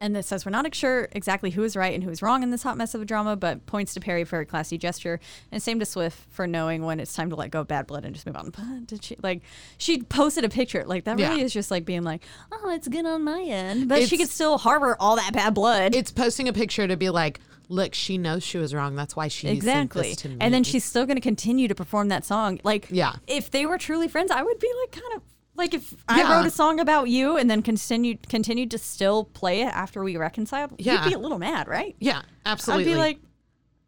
And this says we're not sure exactly who is right and who is wrong in this hot mess of a drama, but points to Perry for her classy gesture and same to Swift for knowing when it's time to let go of bad blood and just move on. But did she like she posted a picture like that? Really Yeah. is just like being like, oh, it's good on my end, but she It's- could still harbor all that bad blood. It's posting a picture to be like, look, she knows she was wrong. That's why she Exactly. sent this to me. And then she's still going to continue to perform that song. Like, Yeah. if they were truly friends, I would be like, kind of like if Yeah. I wrote a song about you and then continued continued to still play it after we reconciled, Yeah. you'd be a little mad, right? yeah, I'd absolutely. be like,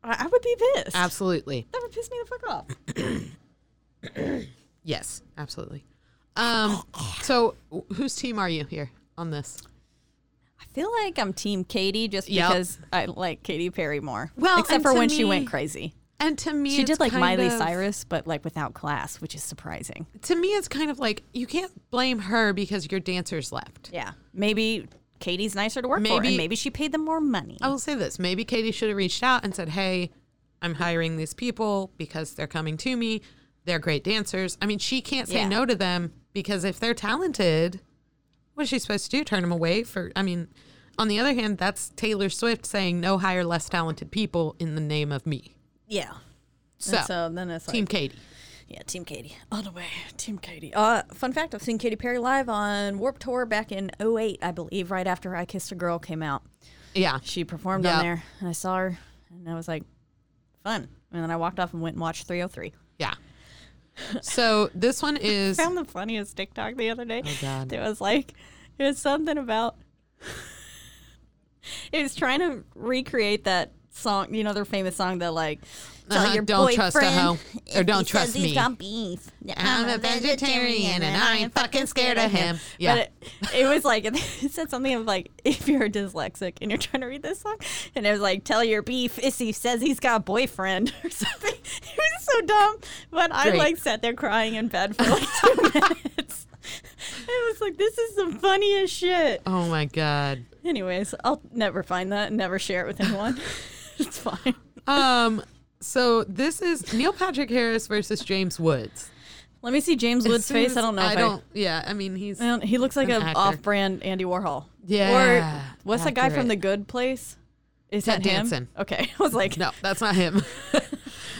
I I would be pissed. absolutely. That would piss me the fuck off. Yes, absolutely. Um, so wh- whose team are you here on this? I feel like I'm Team Katie just Yep. because I like Katy Perry more. Well, except and for to when she me- went crazy. And to me, She it's did like kind Miley of- Cyrus, but like without class, which is surprising. To me, it's kind of like you can't blame her because your dancers left. Yeah, maybe Katie's nicer to work for, Maybe- and maybe Oh, she paid them more money. I will say this: maybe Katie should have reached out and said, "Hey, I'm hiring these people because they're coming to me. They're great dancers. I mean, she can't say Yeah. no to them because if they're talented, what is she supposed to do? Turn them away for? I mean, on the other hand, that's Taylor Swift saying no hire less talented people in the name of me. Yeah. So, And so then it's Team like, Katie. yeah, Team Katie. All the way. Team Katie. Uh, fun fact I've seen Katy Perry live on Warp Tour back in 08, I believe, right after I Kissed a Girl came out. Yeah, She performed Yeah. on there, and I saw her, and I was like, fun. And then I walked off and went and watched 303. yeah. So this one is found the funniest TikTok the other day. Oh, God. It was like, it was something about. it was trying to recreate that song, you know, their famous song that like, tell Uh-huh, your don't trust a boyfriend hoe, if or don't he trust says he's me. got beef. that I'm a vegetarian and I ain't fucking scared of him. Yeah. Yeah. But it, it was like it said something of like if you're dyslexic and you're trying to read this song, and it was like tell your beef if he says he's got a boyfriend or something. It was so dumb, but I Great. like sat there crying in bed for like two minutes. I was like, this is the funniest shit. Oh my god. Anyways, I'll never find that and never share it with anyone. it's fine. Um. So this is Neil Patrick Harris versus James Woods. Let me see James As Woods' soon face. as- I don't know. I if don't. Yeah. I mean, he's. I don't- he looks like An an actor. off-brand Andy Warhol. Yeah, Or what's that guy accurate. from The Good Place? Is that Ted him? Danson. Okay, I was like, No, that's not him.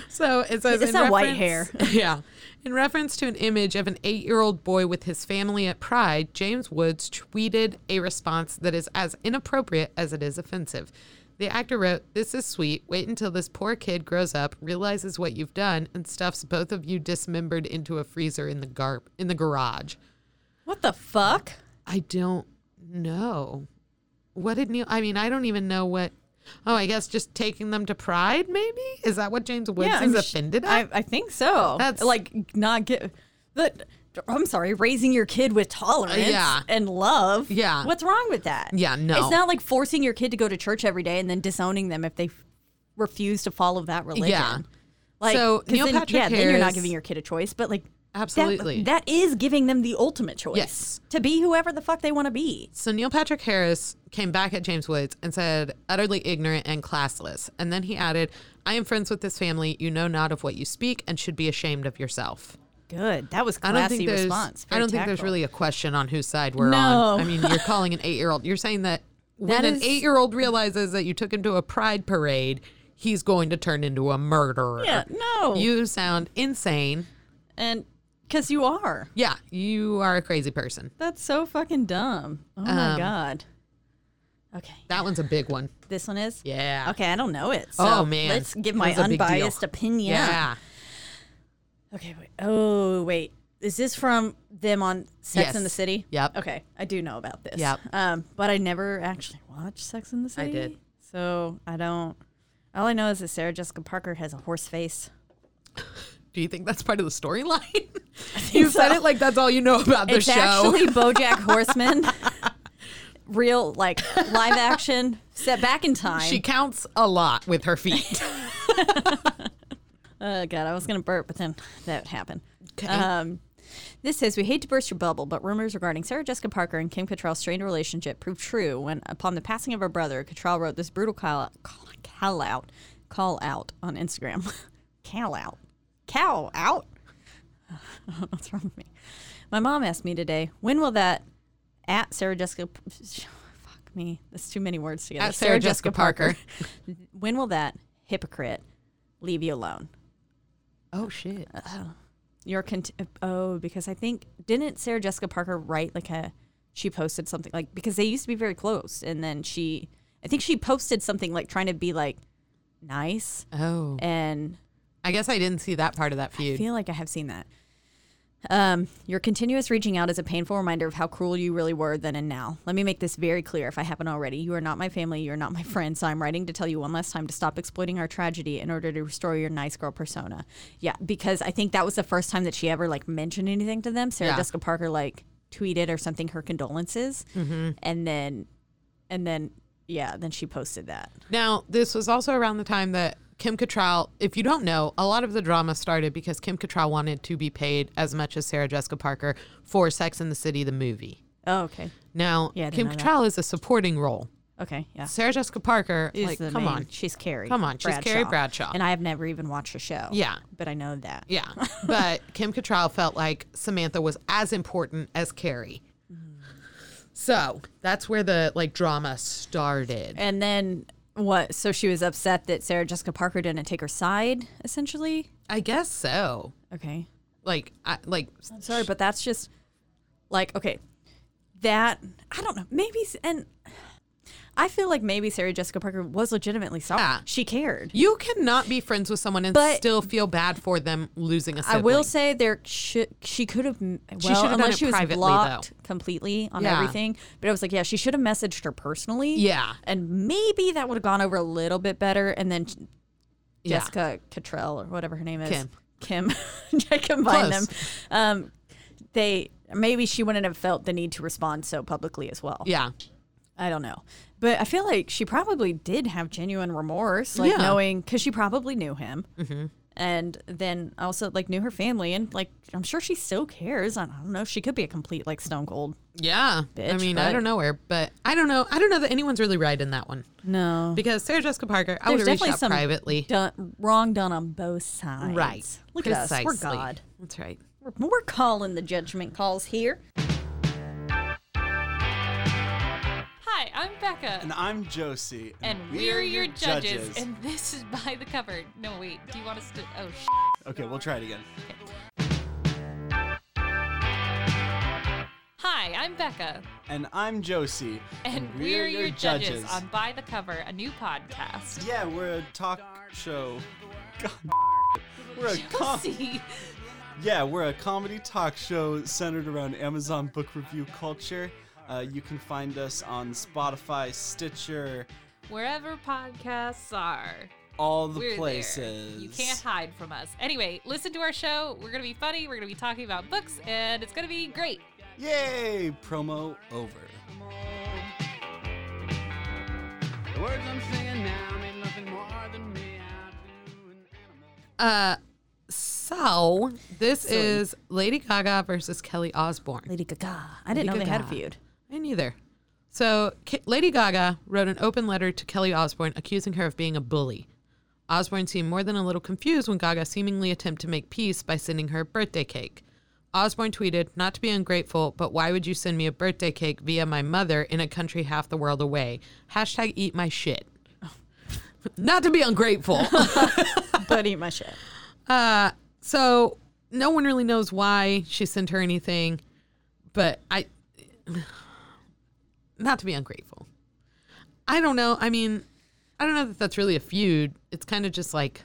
so it says It's in that white reference- Yeah. In reference to an image of an eight-year-old boy with his family at Pride, James Woods tweeted a response that is as inappropriate as it is offensive. The actor wrote, "This is sweet. Wait until this poor kid grows up, realizes what you've done, and stuffs both of you dismembered into a freezer in the gar- in the garage." what the fuck? I don't know. What did Neil? I mean, I don't even know what. Oh, I guess just taking them to Pride, maybe? Is that what James Woods yeah, is I'm sh- offended I, at? I think so. That's- like not get that. I'm sorry, raising your kid with tolerance Uh, Yeah. and love. Yeah. what's wrong with that? Yeah, no. It's not like forcing your kid to go to church every day and then disowning them if they f- refuse to follow that religion. Yeah. Like, So, 'cause Neil then, Patrick yeah, then you're Harris- not giving your kid a choice, but like that- Absolutely. that is giving them the ultimate choice. Yes. to be whoever the fuck they want to be. so Neil Patrick Harris came back at James Woods and said, utterly ignorant and classless. And then he added, I am friends with this family. You know not of what you speak and should be ashamed of yourself. Good. That was I classy don't think there's, response. I Very don't think there's tactful. really a question on whose side we're No. on. I mean, you're calling an eight-year-old. You're saying that when That an is- eight-year-old realizes that you took him to a pride parade, he's going to turn into a murderer. Yeah, no. You sound insane. and because you are. Yeah, you are a crazy person. That's so fucking dumb. Oh Um, my god. Okay. That one's a big one. This one is? Yeah. Okay, I don't know it. So Oh, man. Let's give That my was a big deal. unbiased opinion. Yeah. Okay, wait. Oh, wait. Is this from them on Sex Yes. in the City? Yep. Okay. I do know about this. Yep. Um, but I never actually watched Sex in the I City. did. So I don't all I know is that Sarah Jessica Parker has a horse face. Do you think that's part of the storyline? you said so. it like that's all you know about the it's show. actually BoJack Horseman, real like live action, set back in time. she counts a lot with her feet. Oh god, I was gonna burp, but then that would happen. Um, this says we hate to burst your bubble, but rumors regarding Sarah Jessica Parker and Kim Cattrall's strained relationship proved true when, upon the passing of her brother, Cattrall wrote this brutal call out, call, call out, call out on Instagram, call out, cow out. I don't know what's wrong with me. My mom asked me today, when will that at Sarah Jessica? Fuck me, that's too many words together. At Sarah Jessica Parker. when will that hypocrite leave you alone? Oh shit. your cont- oh because i think didn't sarah jessica parker write like a she posted something like because they used to be very close and then she i think she posted something like trying to be like nice Oh. and I guess I didn't see that part of that I feud. feel like I have seen that. Um, your continuous reaching out is a painful reminder of how cruel you really were then and now. Let me make this very clear if I haven't already. You are not my family, you are not my friend, so I'm writing to tell you one last time to stop exploiting our tragedy in order to restore your nice girl persona. Yeah, because I think that was the first time that she ever like mentioned anything to them. Sarah Yeah. Jessica Parker like tweeted or something her condolences and then and then yeah, then she posted that. Now, this was also around the time that Kim Cattrall, if you don't know, a lot of the drama started because Kim Cattrall wanted to be paid as much as Sarah Jessica Parker for Sex in the City, the movie. Oh, okay. Now, Yeah, I Kim didn't know that. Cattrall is a supporting role. Okay, yeah. Sarah Jessica Parker, She's like, the come main- on. She's Carrie. Come on, she's Carrie Bradshaw. And I have never even watched the show. Yeah. But I know that. Yeah. But Kim Cattrall felt like Samantha was as important as Carrie. So that's where the like drama started. And then what? So she was upset that Sarah Jessica Parker didn't take her side, essentially? I guess so. Okay. Like, I, like I'm sorry, but that's just like, okay, that, I don't know, maybe, s- and I feel like maybe Sarah Jessica Parker was legitimately sorry. Yeah. She cared. You cannot be friends with someone and But- still feel bad for them losing a I sibling. will say there should she could have m- well should have done unless it she was privately, though. blocked completely on Yeah. everything. But I was like, yeah, she should have messaged her personally. Yeah. and maybe that would have gone over a little bit better. And then Yeah. Jessica Cottrell or whatever her name is, Kim. Kim, I combined Close. them. Um, they maybe she wouldn't have felt the need to respond so publicly as well. Yeah. I don't know. But I feel like she probably did have genuine remorse, like Yeah. Mm-hmm. knowing, because she probably knew him. And then also, like, knew her family. And, like, I'm sure she still cares. I don't know. She could be a complete, like, stone cold. Yeah. I Bitch, mean, I but- don't know where, but I don't know. I don't know that anyone's really right in that one No. because Sarah Jessica Parker, I would There's have definitely reached out some privately. done, wrong done on both sides. Right. Look at us. We're Precisely. God. That's right. We're, we're calling the judgment calls here. Hi, I'm Becca. And I'm Josie. And we're your judges, and this is By the Cupboard. No, wait, do you want us to? Oh, sh- okay, we'll try it again. Hi, I'm Becca. And I'm Josie. And we're, your judges, on By the Cover, a new podcast. Yeah, we're a talk show. God, we're a com- Josie. yeah, we're a comedy talk show centered around Amazon book review culture. Uh, you can find us on Spotify, Stitcher, Wherever podcasts are, all the we're places. there. You can't hide from us. Anyway, listen to our show. We're gonna be funny. We're gonna be talking about books, and it's gonna be great. Yay! Promo over. The words I'm singing now mean nothing more than me out to an animal. Uh, so this is Lady Gaga versus Kelly Osbourne. Lady Gaga. I didn't Lady know they had a Gaga. feud. Me neither. So, K- Lady Gaga wrote an open letter to Kelly Osbourne accusing her of being a bully. Osbourne seemed more than a little confused when Gaga seemingly attempted to make peace by sending her a birthday cake. Osbourne tweeted, Not to be ungrateful, but why would you send me a birthday cake via my mother in a country half the world away? Hashtag eat my shit. Not to be ungrateful. but eat my shit. Uh, so no one really knows why she sent her anything, but I, not to be ungrateful. I don't know. I mean, I don't know that that's really a feud. It's kind of just like,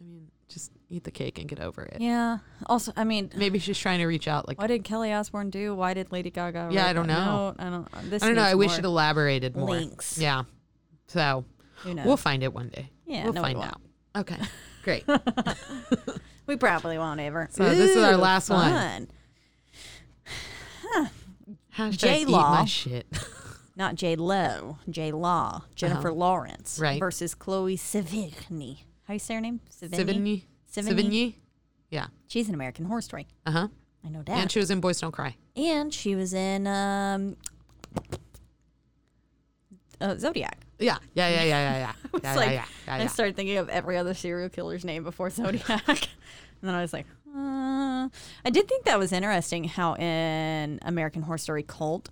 I mean, just eat the cake and get over it. Yeah. Also, I mean, Maybe she's trying to reach out. Like, What did Kelly Osbourne do? Why did Lady Gaga? Yeah, write I don't that know. note? I don't. This I don't know. needs I wish more. it elaborated more. links. Yeah. So Who knows? we'll find it one day. Yeah, we'll no, we find won't. out. Okay. Great. we probably won't ever. So this is our last one. one. Hashtag Eat J-Law. my shit. Not J Lo, J Law, Jennifer Lawrence, Uh-huh. Right. versus Chloe Sevigny. How you say her name? Sevigny. Sevigny. Sevigny. Sevigny. Yeah. She's an American Horror Story. Uh huh. I know that. And she was in Boys Don't Cry. And she was in um, uh, Zodiac. Yeah, yeah, yeah, yeah, yeah, yeah. It's yeah, like yeah, yeah, yeah, I yeah. started thinking of every other serial killer's name before Zodiac, and then I was like, uh. I did think that was interesting how in American Horror Story Cult,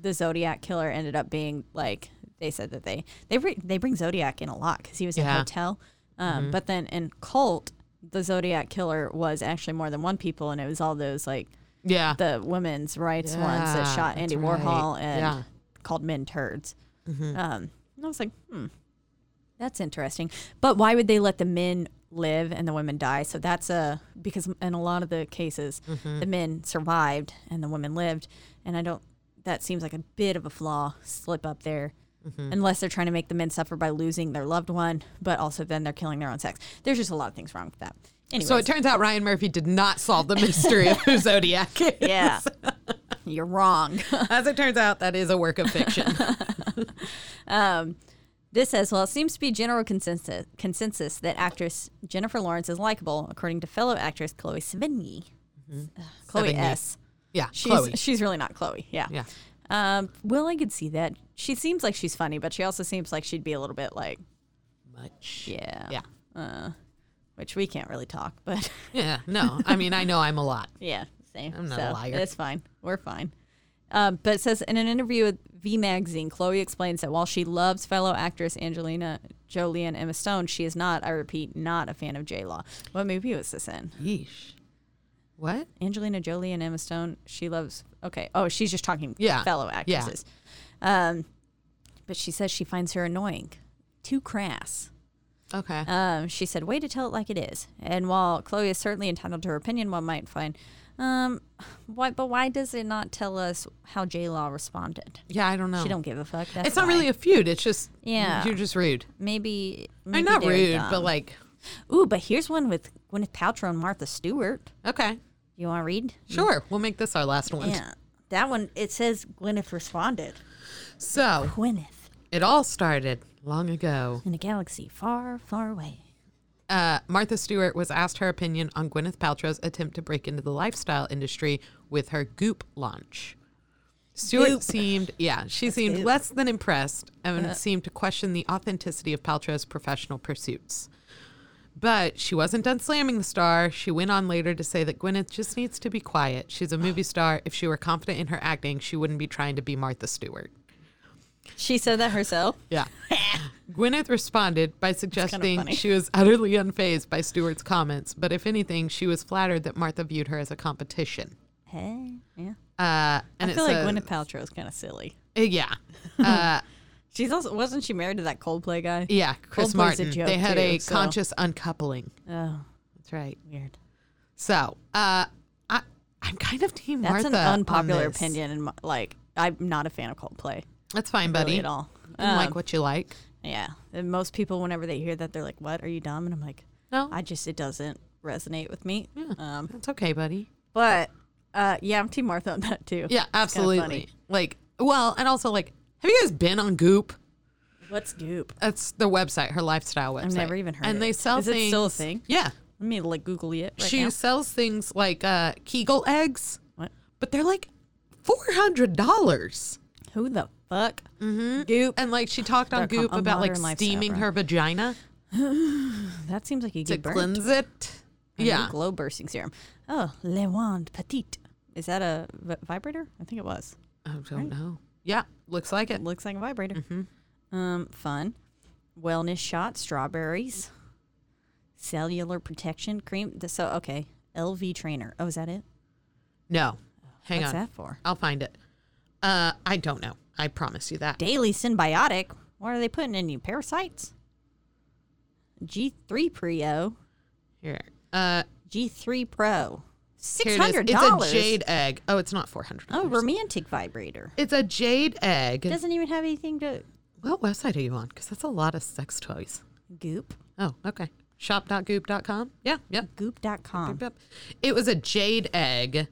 the Zodiac killer ended up being like they said that they they bring they bring Zodiac in a lot because he was in Yeah. Mm-hmm. Hotel, um, but then in Cult, the Zodiac killer was actually more than one people, and it was all those like yeah. the women's rights ones that Yeah, shot Andy that's right. Warhol and Yeah. Mm-hmm. called men turds. Um, and I was like, hmm, that's interesting. But why would they let the men live and the women die? So that's a because in a lot of the cases, Mm-hmm. the men survived and the women lived, and I don't. That seems like a bit of a flaw slip up there. Mm-hmm. Unless they're trying to make the men suffer by losing their loved one, but also then they're killing their own sex. There's just a lot of things wrong with that. Anyway, so it turns out Ryan Murphy did not solve the mystery of who Zodiac is. yeah, you're wrong. As it turns out, that is a work of fiction. Um, this says, well, it seems to be general consensus, consensus that actress Jennifer Lawrence is likable, according to fellow actress Chloe Sevigny. Ugh, Chloe Mm-hmm. Sevigny. S. Yeah, She's Chloe. she's really not Chloe. Yeah. Yeah. Um, well, I could see that. She seems like she's funny, but she also seems like she'd be a little bit like, Much. yeah, Yeah. which we can't really talk, but Yeah. No, I mean, I know I'm a lot. yeah, same. I'm not a So, liar. It's fine. We're fine. Um, but it says in an interview with V Magazine, Chloe explains that while she loves fellow actress Angelina Jolie and Emma Stone, she is not, I repeat, not a fan of J Law. What movie was this in? Yeesh. What? Angelina Jolie and Emma Stone. She loves. Okay. Oh, she's just talking Yeah. fellow Yeah. actresses. Um, but she says she finds her annoying, too crass. Okay. Um, she said, "Way to tell it like it is." And while Chloe is certainly entitled to her opinion, one might find, um, why? But why does it not tell us how J Law responded? yeah, I don't know. She don't give a fuck. That's Oh. it's not why. really a feud. It's just Yeah. You're just rude. maybe. I'm maybe not they're rude, but dumb. like ooh, but here's one with Gwyneth Paltrow and Martha Stewart. okay, You want to read? sure. We'll make this our last one. Mm. Yeah, that one. It says Gwyneth responded. So Gwyneth it all started long ago. in a galaxy far, far away. Uh, Martha Stewart was asked her opinion on Gwyneth Paltrow's attempt to break into the lifestyle industry with her Goop launch. Stewart seemed, yeah, she seemed less than impressed and seemed to question the authenticity of Paltrow's professional pursuits. But she wasn't done slamming the star. She went on later to say that Gwyneth just needs to be quiet. She's a movie star. If she were confident in her acting, she wouldn't be trying to be Martha Stewart. She said that herself. Yeah. Gwyneth responded by kinda suggesting funny. she was utterly unfazed by Stewart's comments, but if anything, she was flattered that Martha viewed her as a competition. Hey, yeah. Uh, and I feel it like says- Gwyneth Paltrow is kind of silly. Uh, Yeah. Uh, She's also wasn't she married to that Coldplay guy? yeah, Chris Coldplay's a Martin. joke They had too, a so- conscious uncoupling. Oh, That's right. weird. So, uh, I, I'm kind of team That's Martha. an on unpopular this. opinion, and like I'm not a fan of Coldplay That's fine, buddy. Oh really at all. You can like Um, what you like. Yeah, and most people whenever they hear that, they're like, "What are you dumb?" And I'm like, No, I just it doesn't resonate with me. Um, that's okay, buddy. but uh, yeah, I'm Team Martha on that too. Yeah, It's kinda absolutely. funny. Like, well, and also like, have you guys been on Goop? What's Goop? That's the website, her lifestyle website. never even heard And it. they sell Is things. it still a thing? Yeah, Let me like Google it. Right she now. sells things like uh, Kegel eggs, What? but they're like four hundred dollars. Who the fuck? Mm. Mm-hmm. Goop. And like she talked on They're com- Goop a about like modern lifestyle steaming brand. her vagina That seems like you to get burned. cleanse it. I need Yeah, Glow bursting serum. Oh, Le Wand Petite. Is that a v- vibrator? I think it was. I don't know. Yeah, looks like it. It looks like a vibrator. Um, fun. Wellness shot, strawberries, cellular protection cream. Th- So, okay. LV trainer. Oh, is that it? No, hang What's on. that for? I'll find it. Uh, I don't know. I promise you that. Daily symbiotic. What are they putting in you? Parasites? G3 Pro. Here, uh, G3 Pro. here $600. it is. It's a jade egg. Oh, it's not four hundred. Oh, romantic vibrator. It's a jade egg. It doesn't even have anything to What website are you on? Because that's a lot of sex toys. goop. Oh, okay. Shop.goop.com. Yeah, yeah. Goop.com. Yep. It was a jade egg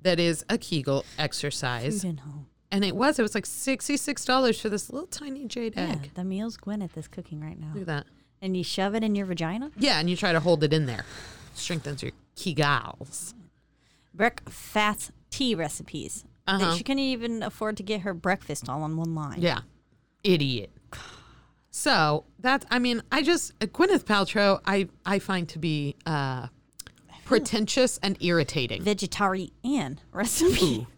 that is a Kegel exercise. Food and home. And it was, it was like $66 for this little tiny jade Yeah, egg. the meals Gwyneth is cooking right now. Look at that. And you shove it in your vagina? Yeah, and you try to hold it in there. Strengthens your Kegels. Breakfast tea recipes. That Uh-huh. She couldn't even afford to get her breakfast all on one line. Yeah. Idiot. So that's, I mean, I just, uh, Gwyneth Paltrow, I, I find to be uh, pretentious and irritating. Vegetarian recipe.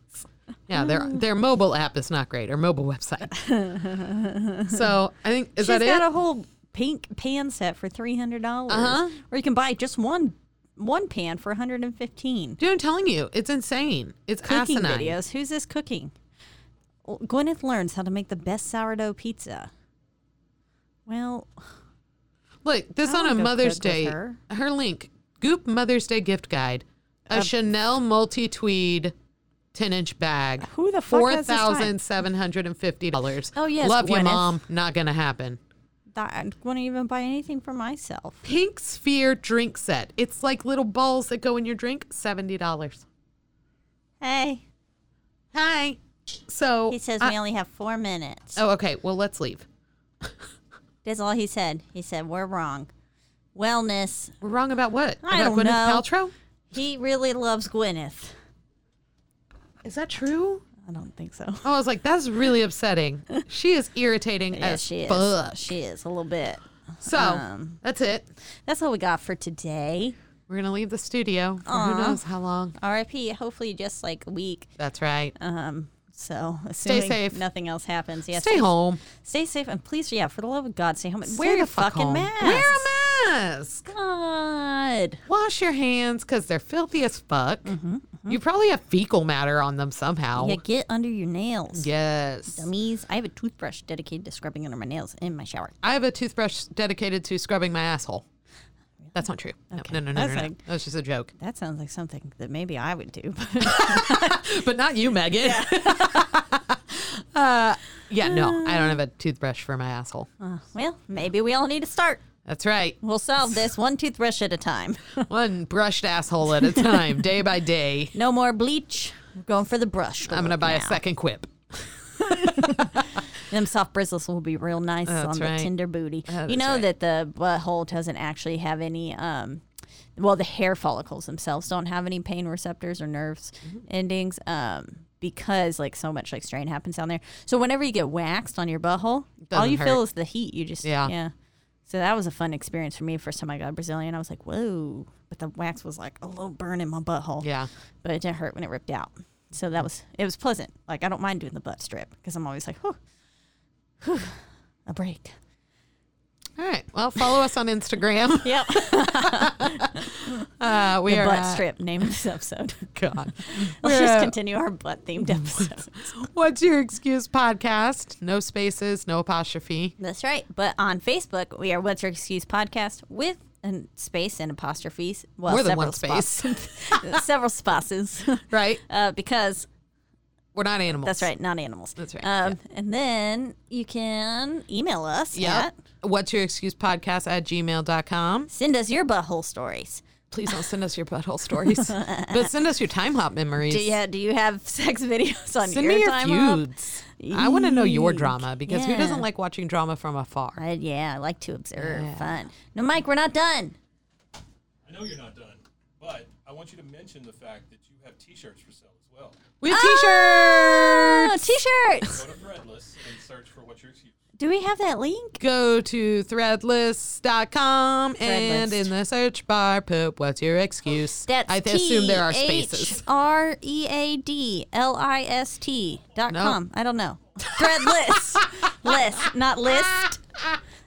Yeah, their Mm. their mobile app is not great, or mobile website. so I think is She's that got it? a whole pink pan set for three hundred dollars. Uh-huh. Or you can buy just one one pan for hundred and fifteen. Dude, I'm telling you, it's insane. It's Cooking asinine. videos. Who's this cooking? Well, Gwyneth learns how to make the best sourdough pizza. Well, Look, this I on a wanna go Mother's cook with Day. Her. her. link: Goop Mother's Day gift guide, a Chanel multi tweed. 10 inch bag. Who the fuck has this time? $4,750. Oh, yes, Love you, Gwyneth. Mom. Not going to happen. that- I wouldn't even buy anything for myself. Pink Sphere drink set. It's like little balls that go in your drink. $70. Hey, Hi. So. he says I- we only have four minutes. Oh, okay. Well, let's leave. That's all he said. He said, We're wrong. Wellness. We're wrong about what? I about don't Gwyneth know. Paltrow? He really loves Gwyneth. Is that true? I don't think so. Oh, I was like, that's really upsetting. She is irritating Yeah, as she is. fuck. She is a little bit. so um, that's it. That's all we got for today. We're gonna leave the studio for who knows how long. RIP, hopefully just like a week. That's right. Um, so Stay assuming safe. Nothing else happens. Yes. Stay home. Stay safe and please, yeah, for the love of God, stay home. And Stay wear the your fuck fucking home. mask. Wear a mask. God. Wash your hands because they're filthy as fuck. You probably have fecal matter on them somehow. Mm-hmm, Yeah, get under your nails. Yes. Dummies. I have a toothbrush dedicated to scrubbing under my nails in my shower. I have a toothbrush dedicated to scrubbing my asshole. That's not true. No, Okay. No, no, no, That's no, no. like- That's just a joke. That sounds like something that maybe I would do. But not you, Megan. uh, yeah, no, I don't have a toothbrush for my asshole. uh, well, maybe we all need to start. That's right. We'll solve this one toothbrush at a time. One brushed asshole at a time, day by day. No more bleach. We're going for the brush. I'm going to buy a now. second quip. Them soft bristles will be real nice on that's the right. tender booty. you that's know right. that the butthole doesn't actually have any. Um, well, the hair follicles themselves don't have any pain receptors or nerves Mm-hmm. endings. Um, because like so much like strain happens down there. So whenever you get waxed on your butthole, all Doesn't you feel hurt. is the heat. You just Yeah. yeah. So that was a fun experience for me. First time I got a Brazilian, I was like, whoa. But the wax was like a little burn in my butthole. Yeah. But it didn't hurt when it ripped out. So that was, it was pleasant. Like, I don't mind doing the butt strip because I'm always like, whew, whew, a break. All right. Well, follow us on Instagram. Yep. Uh, we the are butt at- strip, name of this episode. God. Let's We're just at- continue our butt themed episode. What's your excuse podcast? No spaces, no apostrophe. That's right. But on Facebook, we are What's Your Excuse Podcast with a space and apostrophes. Well, More than several one space, spots- several spaces. right? Uh, because We're not animals. That's right, not animals. That's right, Um, And then you can email us. Yeah. Yep. What's your excuse podcast at gmail.com? Send us your butthole stories. Please don't send us your butthole stories, but send us your time hop memories. Do you, do you have sex videos on Send your, me your time up? feuds. I want to know your Eek. drama because who Yeah. doesn't like watching drama from afar? I, Uh, yeah, I like to observe. Fun. No, Mike, we're not done. I know you're not done, but I want you to mention the fact that you have T-shirts for sale as well. We have t-shirts. Oh, t-shirts. Go to Threadless and search for what your excuse. do we have that link? Go to threadless.com and Threadlist. in the search bar put what's your excuse. That's I assume there are spaces. R E A D L I S T dot com. I don't know. Threadless. list, not list.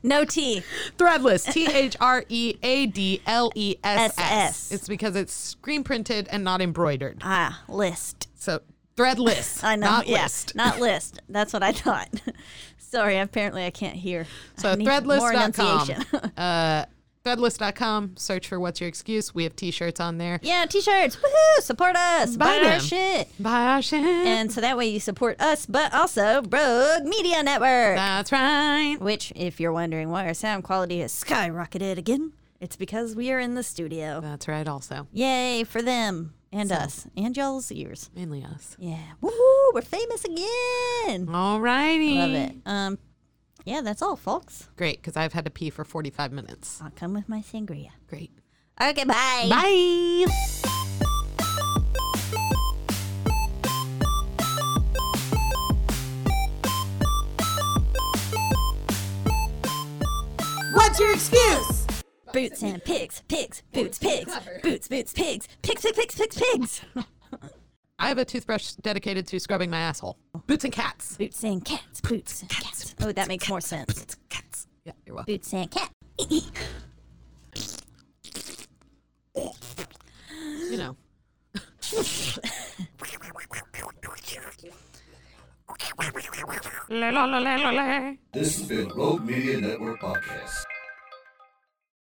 No T. Threadless. T H R E A D L E S S. SS. It's because it's screen printed and not embroidered. Ah, list. So threadless. I know. Not yeah, list. Not list. That's what I thought. Sorry, apparently I can't hear. So I need more enunciation. threadless.com. uh, threadless.com. Search for what's your excuse. We have t shirts on there. yeah, t-shirts. Woohoo! Support us. Buy Buy, our them. shit. Buy our shit. And so that way you support us, but also Brogue Media Network. That's right. which, if you're wondering why our sound quality has skyrocketed again, it's because we are in the studio. That's right, also. Yay for them and us and y'all's ears. Mainly us. Yeah. Woohoo! We're famous again. All righty. Love it. Um, yeah, that's all, folks. Great, because I've had to pee for 45 minutes. I'll come with my sangria. Great. Okay, bye. Bye. What's your excuse? Boots and pigs, pigs, boots, pigs, boots, boots, pigs, pigs, pigs, pigs, pigs, pigs. I have a toothbrush dedicated to scrubbing my asshole. Boots and cats. Boots and cats, boots and cats. Oh, that makes more sense. Cats. Yeah, you're welcome. Boots and cat. You know. This has been Rogue Media Network Podcast.